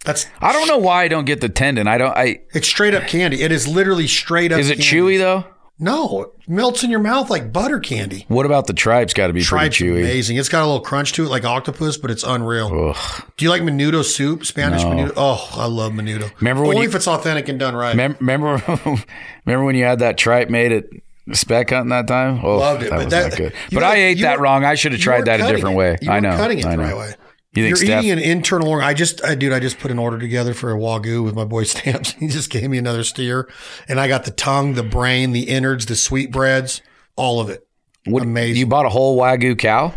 S2: That's
S3: I don't know why I don't get the tendon. I don't, I,
S2: it's straight up candy. It is literally straight up.
S3: is it
S2: candy.
S3: chewy though?
S2: No, it melts in your mouth like butter candy.
S3: What about the tripe's got to be
S2: Tripe's
S3: pretty chewy?
S2: amazing. It's got a little crunch to it, like octopus, but it's unreal. Do you like menudo soup? Spanish menudo. Oh, I love menudo.
S3: Remember when
S2: only
S3: you-
S2: if it's authentic and done right.
S3: Mem- Remember, remember when you had that tripe made at spec hunting that time? Oh,
S2: Loved it,
S3: that
S2: but
S3: was
S2: that-
S3: not good.
S2: you
S3: But I
S2: were-
S3: ate
S2: you
S3: that
S2: were-
S3: wrong. I should have
S2: You
S3: tried
S2: weren't
S3: that a
S2: cutting
S3: different
S2: it.
S3: way.
S2: You
S3: I
S2: weren't
S3: know.
S2: cutting it
S3: I
S2: the
S3: know.
S2: right way.
S3: You think
S2: You're
S3: Steph?
S2: eating an internal organ. I just, I, dude, I just put an order together for a wagyu with my boy Stamps. He just gave me another steer, and I got the tongue, the brain, the innards, the sweetbreads, all of it.
S3: What-
S2: amazing.
S3: You bought a whole wagyu cow?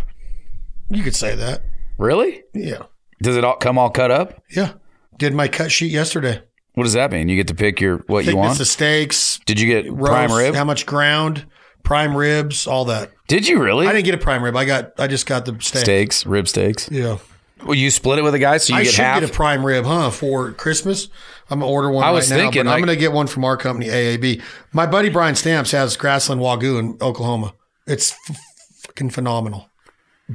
S2: You could say that.
S3: Really?
S2: Yeah,
S3: Does it all come all cut up?
S2: yeah. Did my cut sheet yesterday.
S3: What does that mean? You get to pick your what you
S2: Thickness
S3: want.
S2: of steaks,
S3: Did you get
S2: roast,
S3: prime rib?
S2: how much ground, prime ribs, all that.
S3: Did you really?
S2: I didn't get a prime rib. I got, I just got the steak.
S3: steaks, rib steaks.
S2: Yeah.
S3: Well, you split it with a guy, so you
S2: I
S3: get
S2: should
S3: half.
S2: get a prime rib, huh? For Christmas, I'm gonna order one.
S3: I
S2: right
S3: was
S2: now,
S3: thinking,
S2: but
S3: like-
S2: I'm gonna get one from our company, AAB. My buddy Brian Stamps has Grassland Wagyu in Oklahoma. It's f- fucking phenomenal,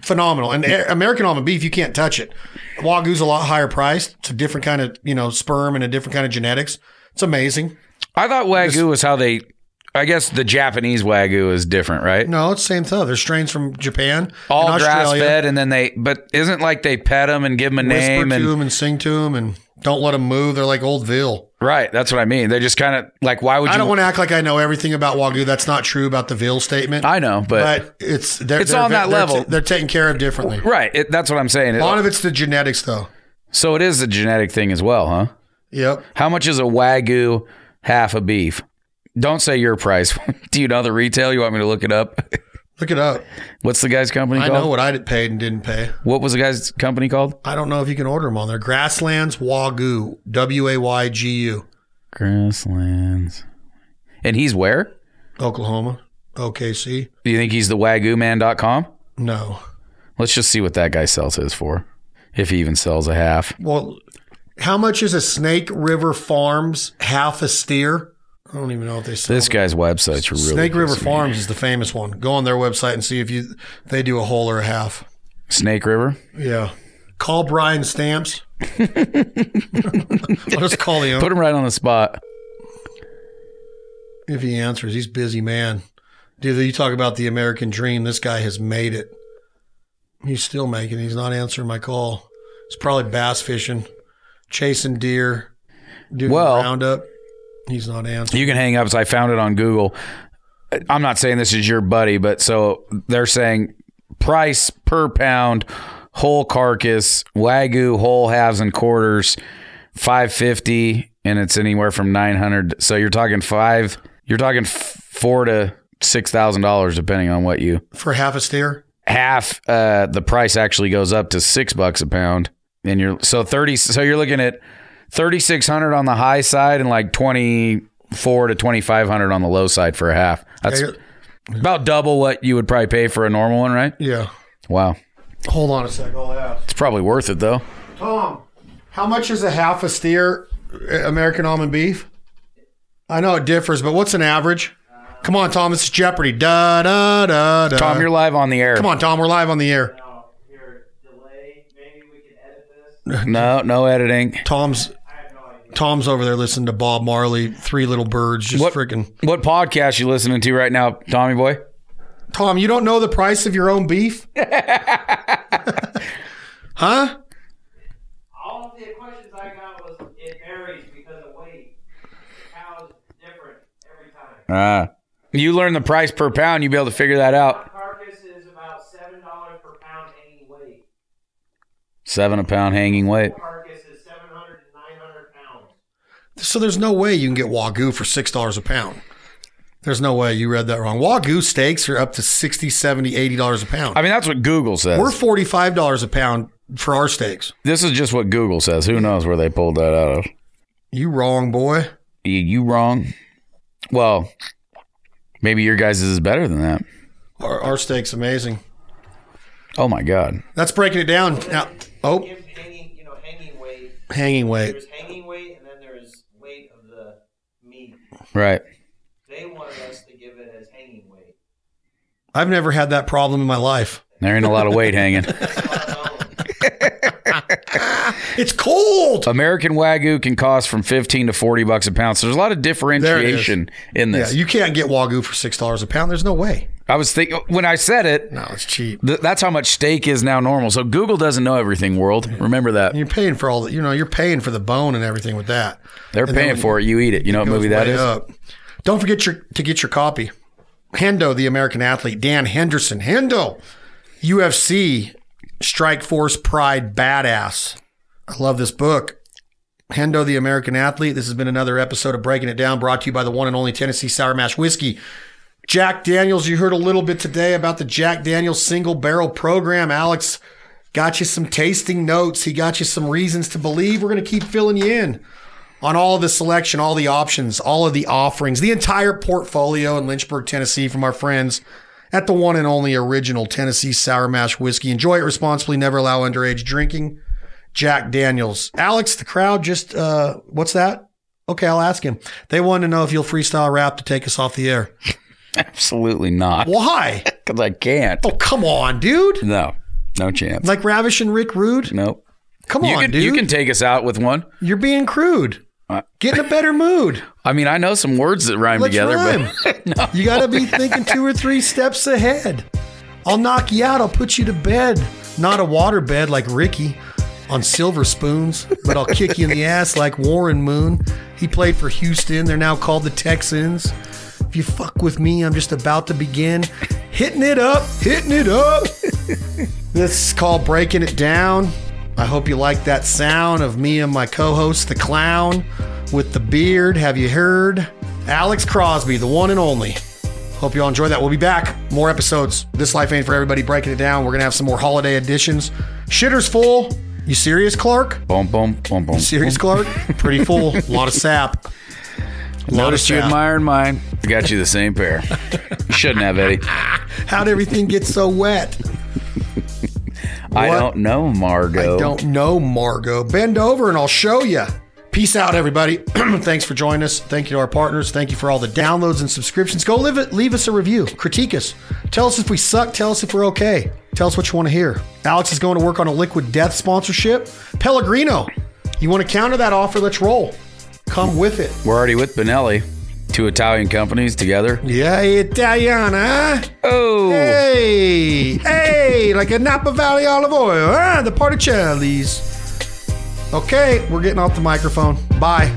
S2: phenomenal. And a- American almond beef, you can't touch it. Wagyu's a lot higher priced. It's a different kind of you know sperm and a different kind of genetics. It's amazing.
S3: I thought wagyu was how they. I guess the Japanese wagyu is different, right?
S2: No, it's the same thing. There's strains from Japan,
S3: All
S2: and
S3: grass
S2: Australia.
S3: fed, and then they. But isn't like they pet them and give them a
S2: Whisper
S3: name
S2: to
S3: and
S2: them and sing to them and don't let them move. They're like old veal.
S3: Right, that's what I mean. They're just kind of like, why would you?
S2: I don't want to act like I know everything about Wagyu. That's not true about the veal statement.
S3: I know, but,
S2: but it's they're,
S3: It's
S2: they're
S3: on
S2: ve-
S3: that
S2: they're
S3: level.
S2: t- they're taken care of differently.
S3: right, it, that's what I'm saying.
S2: A lot of it's the genetics, though.
S3: so it is a genetic thing as well, huh?
S2: Yep.
S3: How much is a wagyu half a beef? Don't say your price. Do you know the retail? You want me to look it up?
S2: Look it up.
S3: What's the guy's company
S2: I
S3: called?
S2: know what I did- paid and didn't pay.
S3: What was the guy's company called?
S2: I don't know if you can order them on there. Grasslands Wagyu, W A Y G U,
S3: Grasslands. And he's where?
S2: Oklahoma, OKC.
S3: Do you think he's the wagyu
S2: No.
S3: Let's just see what that guy sells his for, if he even sells a half.
S2: Well, how much is a Snake River Farms half a steer? I don't even know if they sell
S3: This guy's website's really
S2: Snake River
S3: pissing me.
S2: Farms is the famous one. Go on their website and see if you they do a whole or a half.
S3: Snake River.
S2: Yeah. Call Brian Stamps. Let us call the
S3: Put
S2: owner
S3: him right on the spot.
S2: if he answers. He's a busy man. Dude, you talk about the American dream. This guy has made it. He's still making. it. He's not answering my call. He's probably bass fishing, chasing deer, doing
S3: Well-
S2: roundup. He's not answering.
S3: You can hang up. So I found it on Google. I'm not saying this is your buddy, but so they're saying price per pound, whole carcass, wagyu, whole halves and quarters, five fifty, and it's anywhere from nine hundred. So you're talking five. You're talking f- four to six thousand dollars, depending on what you
S2: For half a steer?
S3: half. Uh, the price actually goes up to six bucks a pound, and you're so thirty. So you're looking at thirty six hundred on the high side, and like twenty four to twenty five hundred on the low side for a half. That's
S2: Yeah,
S3: about double what you would probably pay for a normal one, right?
S2: yeah.
S3: Wow,
S2: Hold on a sec. I'll ask.
S3: it's probably worth it
S2: Uh,
S3: though.
S2: Tom, how much is a half a steer uh, American almond beef? I know it differs, but what's an average? Come on, Tom, this is Jeopardy. Da da da da.
S3: Tom, you're live on the air.
S2: Come on, Tom, we're live on the air.
S3: No, no editing.
S2: Tom's Tom's over there listening to Bob Marley, Three Little Birds, just
S3: What-
S2: freaking.
S3: What podcast you listening to right now, Tommy boy?
S2: Tom, you don't know the price of your own beef? huh?
S7: All of the questions I got was it varies because of weight. Cows different every time.
S3: Ah. You learn the price per pound, you'll be able to figure that out.
S7: Carcass is about seven dollars per pound hanging weight.
S3: Seven a pound hanging weight.
S7: Carcass is 700 to 900 pounds.
S2: So there's no way you can get wagyu for six dollars a pound. There's no way you read that wrong. Wagyu steaks are up to 60 70 $80 a pound.
S3: I mean, that's what Google says.
S2: We're $45 a pound for our steaks.
S3: this is just what Google says. Who knows where they pulled that out of?
S2: You wrong, boy.
S3: You, you wrong. Well, maybe your guys is better than that.
S2: Our, our steak's amazing.
S3: Oh my god.
S2: That's breaking it down. Now, oh,
S7: Give hanging, you know, hanging weight.
S2: hanging weight.
S7: There's hanging weight, and then there's weight of the meat.
S3: Right.
S7: They wanted us to give it as hanging weight.
S2: I've never had that problem in my life.
S3: There ain't a lot of weight hanging.
S2: It's cold.
S3: American Wagyu can cost from 15 to 40 bucks a pound. So there's a lot of differentiation in
S2: Yeah,
S3: this.
S2: you can't get Wagyu for $6 a pound. There's no way.
S3: I was thinking when I said it,
S2: No, it's cheap.
S3: th- that's how much steak is now normal. So Google doesn't know everything, world. Remember that.
S2: You're paying for all the, you know, you're paying for the bone and everything with that.
S3: They're
S2: And then
S3: paying
S2: when
S3: for it. You eat it. You know what
S2: goes
S3: movie that
S2: way
S3: is?
S2: up. Don't forget your to get your copy. Hendo, the American athlete, Dan Henderson. Hendo, UFC, Strike Force Pride Badass. I love this book. Hendo, the American athlete. This has been another episode of Breaking It Down, brought to you by the one and only Tennessee Sour Mash Whiskey. Jack Daniels, you heard a little bit today about the Jack Daniels single barrel program. Alex got you some tasting notes. He got you some reasons to believe. We're going to keep filling you in on all the selection, all the options, all of the offerings, the entire portfolio in Lynchburg, Tennessee from our friends at the one and only original Tennessee Sour Mash Whiskey. Enjoy it responsibly. Never allow underage drinking. Jack Daniels. Alex, the crowd just, uh, what's that? Okay, I'll ask him. They wanted to know if you'll freestyle rap to take us off the air.
S3: Absolutely not.
S2: Why?
S3: Because I can't.
S2: Oh, come on, dude.
S3: No, no chance.
S2: Like Ravish and Rick Rude?
S3: Nope.
S2: Come
S3: you
S2: on,
S3: can
S2: dude.
S3: you can Uh, take us out with one.
S2: You're being crude. Get in a better mood.
S3: I mean, I know some words that rhyme
S2: Let's
S3: together,
S2: rhyme. You got to be thinking two or three steps ahead. I'll knock you out. I'll put you to bed. Not a water bed like Ricky on silver spoons, but I'll kick you in the ass like Warren Moon. He played for Houston. They're now called the Texans. If you fuck with me, I'm just about to begin hitting it up, hitting it up. this is called Breaking It Down. I hope you like that sound of me and my co host, the clown with the beard. Have you heard? Alex Crosby, the one and only. Hope you all enjoy that. We'll be back. More episodes. This life ain't for everybody. Breaking it down. We're gonna have some more holiday editions. Shitter's full. You serious, Clark?
S3: but boom, boom, boom, boom.
S2: Serious, Clark? Pretty full. A lot of sap. A lot
S3: Noticed you
S2: sap.
S3: admiring mine. I got you the same pair. You shouldn't have, Eddie.
S2: How'd everything get so wet?
S3: I
S2: What?
S3: don't know, Margot.
S2: I don't know, Margot. Bend over and I'll show you. Peace out, everybody. Thanks for joining us. Thank you to our partners. Thank you for all the downloads and subscriptions. Go live it, leave us a review. Critique us. Tell us if we suck. Tell us if we're okay. Tell us what you want to hear. Alex is going to work on a Liquid Death sponsorship. Pellegrino, you want to counter that offer? Let's roll. Come with it.
S3: We're already with Benelli, two Italian companies together.
S2: Yeah, Italiana.
S3: Oh,
S2: Hey, hey, like a Napa Valley olive oil. Ah, the Particellis. Okay, we're getting off the microphone. Bye.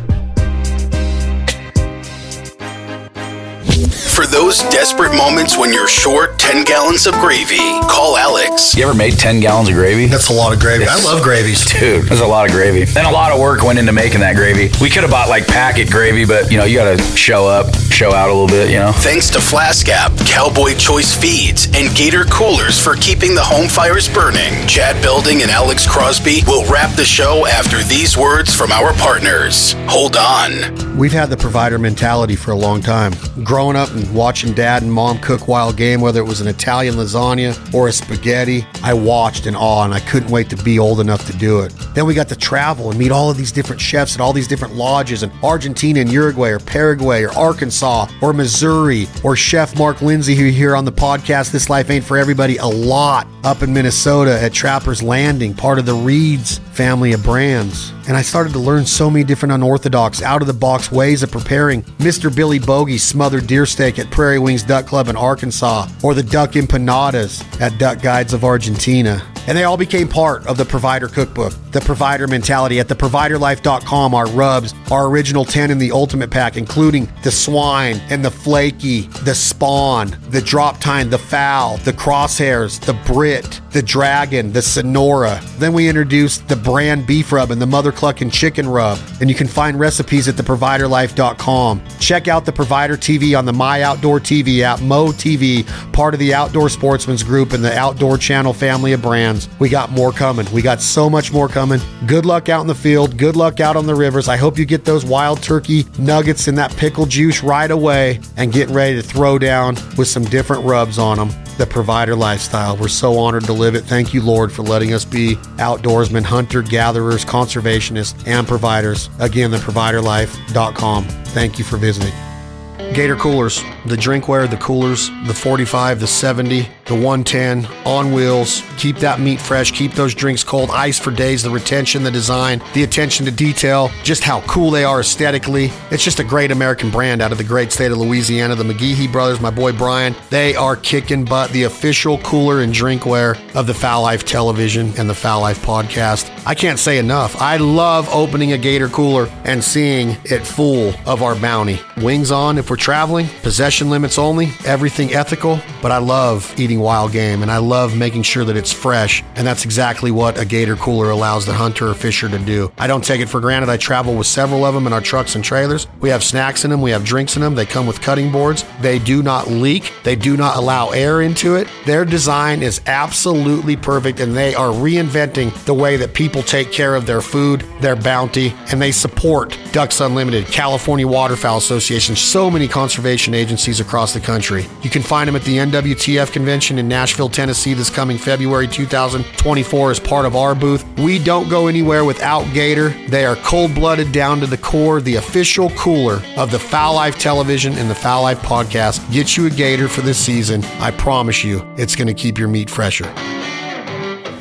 S1: For those desperate moments when you're short 10 gallons of gravy, call Alex.
S3: you ever made ten gallons of gravy?
S2: That's a lot of gravy. I love gravies.
S3: Dude, there's a lot of gravy. And a lot of work went into making that gravy. We could have bought like packet gravy, but you know, you gotta show up, show out a little bit, you know?
S1: Thanks to Flask App, Cowboy Choice Feeds, and Gator Coolers for keeping the home fires burning. Chad Belding and Alex Crosby will wrap the show after these words from our partners. Hold on.
S2: We've had the provider mentality for a long time. Growing up and watching dad and mom cook wild game, whether it was an Italian lasagna or a spaghetti, I watched in awe and I couldn't wait to be old enough to do it. Then we got to travel and meet all of these different chefs at all these different lodges in Argentina and Uruguay or Paraguay or Arkansas or Missouri or Chef Mark Lindsay, who you hear on the podcast, This Life Ain't For Everybody, a lot up in Minnesota at Trapper's Landing, part of the Reeds family of brands. And I started to learn so many different unorthodox, out of the box ways of preparing Mr. Billy Bogey's smothered deer steak at Prairie Wings Duck Club in Arkansas or the duck empanadas at Duck Guides of Argentina. And they all became part of the Provider Cookbook. the provider mentality. At theproviderlife.com, our rubs, our original 10 in the ultimate pack, including the swine and the flaky, the spawn, the drop time, the foul, the crosshairs, the Brit, the dragon, the Sonora. Then we introduced the brand beef rub and the mother cluck and chicken rub. And you can find recipes at theproviderlife.com. Check out the provider TV on the My Outdoor TV app, Mo TV, part of the Outdoor Sportsman's Group and the Outdoor Channel family of brands. We got more coming. We got so much more coming. Good luck out in the field. Good luck out on the rivers. I hope you get those wild turkey nuggets and that pickle juice right away and getting ready to throw down with some different rubs on them. The provider lifestyle. We're so honored to live it. Thank you, Lord, for letting us be outdoorsmen, hunter gatherers, conservationists, and providers. Again, theproviderlife.com. Thank you for visiting. Gator coolers, the drinkware, the coolers, the 45, the 70, the 110, on wheels. Keep that meat fresh, keep those drinks cold, ice for days, the retention, the design, the attention to detail, just how cool they are aesthetically. It's just a great American brand out of the great state of Louisiana. The McGeehee brothers, my boy Brian, they are kicking butt, the official cooler and drinkware of the Foul Life television and the Foul Life podcast. I can't say enough. I love opening a Gator cooler and seeing it full of our bounty. Wings on if we're traveling, possession limits only, everything ethical. But I love eating wild game and I love making sure that it's fresh. And that's exactly what a gator cooler allows the hunter or fisher to do. I don't take it for granted. I travel with several of them in our trucks and trailers. We have snacks in them, we have drinks in them. They come with cutting boards. They do not leak, they do not allow air into it. Their design is absolutely perfect and they are reinventing the way that people take care of their food, their bounty, and they support Ducks Unlimited, California Waterfowl Association, so many conservation agencies across the country. You can find them at the NWTF convention in Nashville, Tennessee this coming February 2024 as part of our booth. We don't go anywhere without Gator. They are cold-blooded down to the core, the official cooler of the Foul Life television and the Foul Life podcast. Get you a Gator for this season. I promise you, it's going to keep your meat fresher.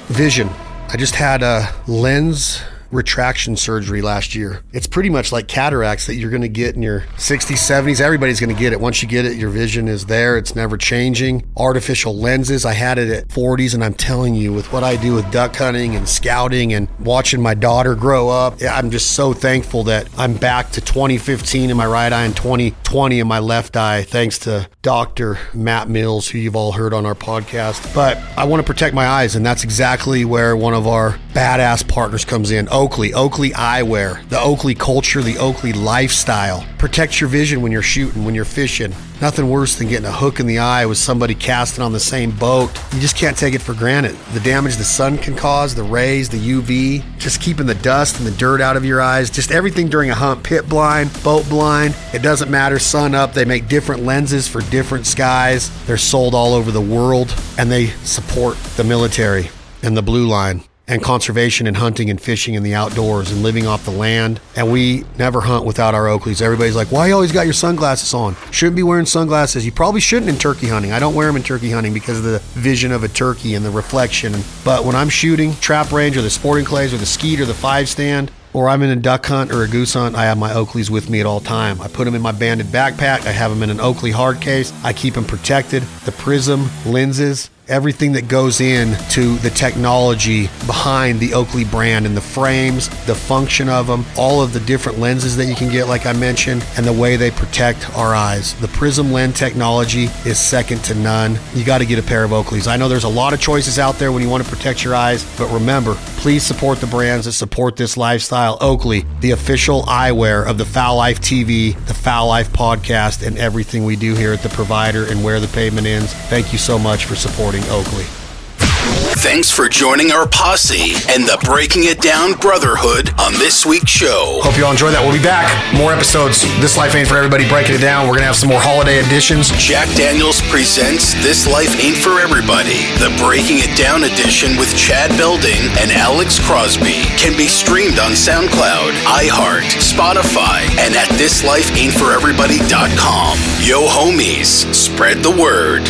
S2: Vision. I just had a lens retraction surgery last year. It's pretty much like cataracts that you're going to get in your 60s, 70s. Everybody's going to get it. Once you get it, your vision is there. It's never changing. Artificial lenses. I had it at 40s, and I'm telling you, with what I do with duck hunting and scouting and watching my daughter grow up, I'm just so thankful that I'm back to 2015 in my right eye and 2020 in my left eye, thanks to Dr. Matt Mills, who you've all heard on our podcast. But I want to protect my eyes, and that's exactly where one of our badass partners comes in. Oakley, Oakley eyewear, the Oakley culture, the Oakley lifestyle. Protects your vision when you're shooting, when you're fishing. Nothing worse than getting a hook in the eye with somebody casting on the same boat. You just can't take it for granted. The damage the sun can cause, the rays, the UV, just keeping the dust and the dirt out of your eyes, just everything during a hunt, pit blind, boat blind, it doesn't matter, sun up. They make different lenses for different skies. They're sold all over the world and they support the military and the blue line and conservation and hunting and fishing in the outdoors and living off the land. And we never hunt without our Oakleys. Everybody's like, why you always got your sunglasses on? Shouldn't be wearing sunglasses. You probably shouldn't in turkey hunting. I don't wear them in turkey hunting because of the vision of a turkey and the reflection. But when I'm shooting trap range or the sporting clays or the skeet or the five stand, or I'm in a duck hunt or a goose hunt, I have my Oakleys with me at all time. I put them in my banded backpack. I have them in an Oakley hard case. I keep them protected. The prism, lenses, everything that goes in to the technology behind the Oakley brand and the frames, the function of them, all of the different lenses that you can get, like I mentioned, and the way they protect our eyes. The prism lens technology is second to none. You got to get a pair of Oakleys. I know there's a lot of choices out there when you want to protect your eyes, but remember, please support the brands that support this lifestyle. Oakley, the official eyewear of the Foul Life TV, the Foul Life podcast, and everything we do here at the provider and where the pavement ends. Thank you so much for supporting Oakley.
S1: Thanks for joining our posse and the Breaking It Down Brotherhood on this week's show.
S2: Hope you all enjoy that. We'll be back. More episodes. This life ain't for everybody. Breaking it down. We're gonna have some more holiday editions.
S1: Jack Daniels presents This Life Ain't For Everybody. The Breaking It Down edition with Chad Belding and Alex Crosby can be streamed on SoundCloud, iHeart, Spotify, and at thislifeaintforeverybody.com. Yo, homies, spread the word.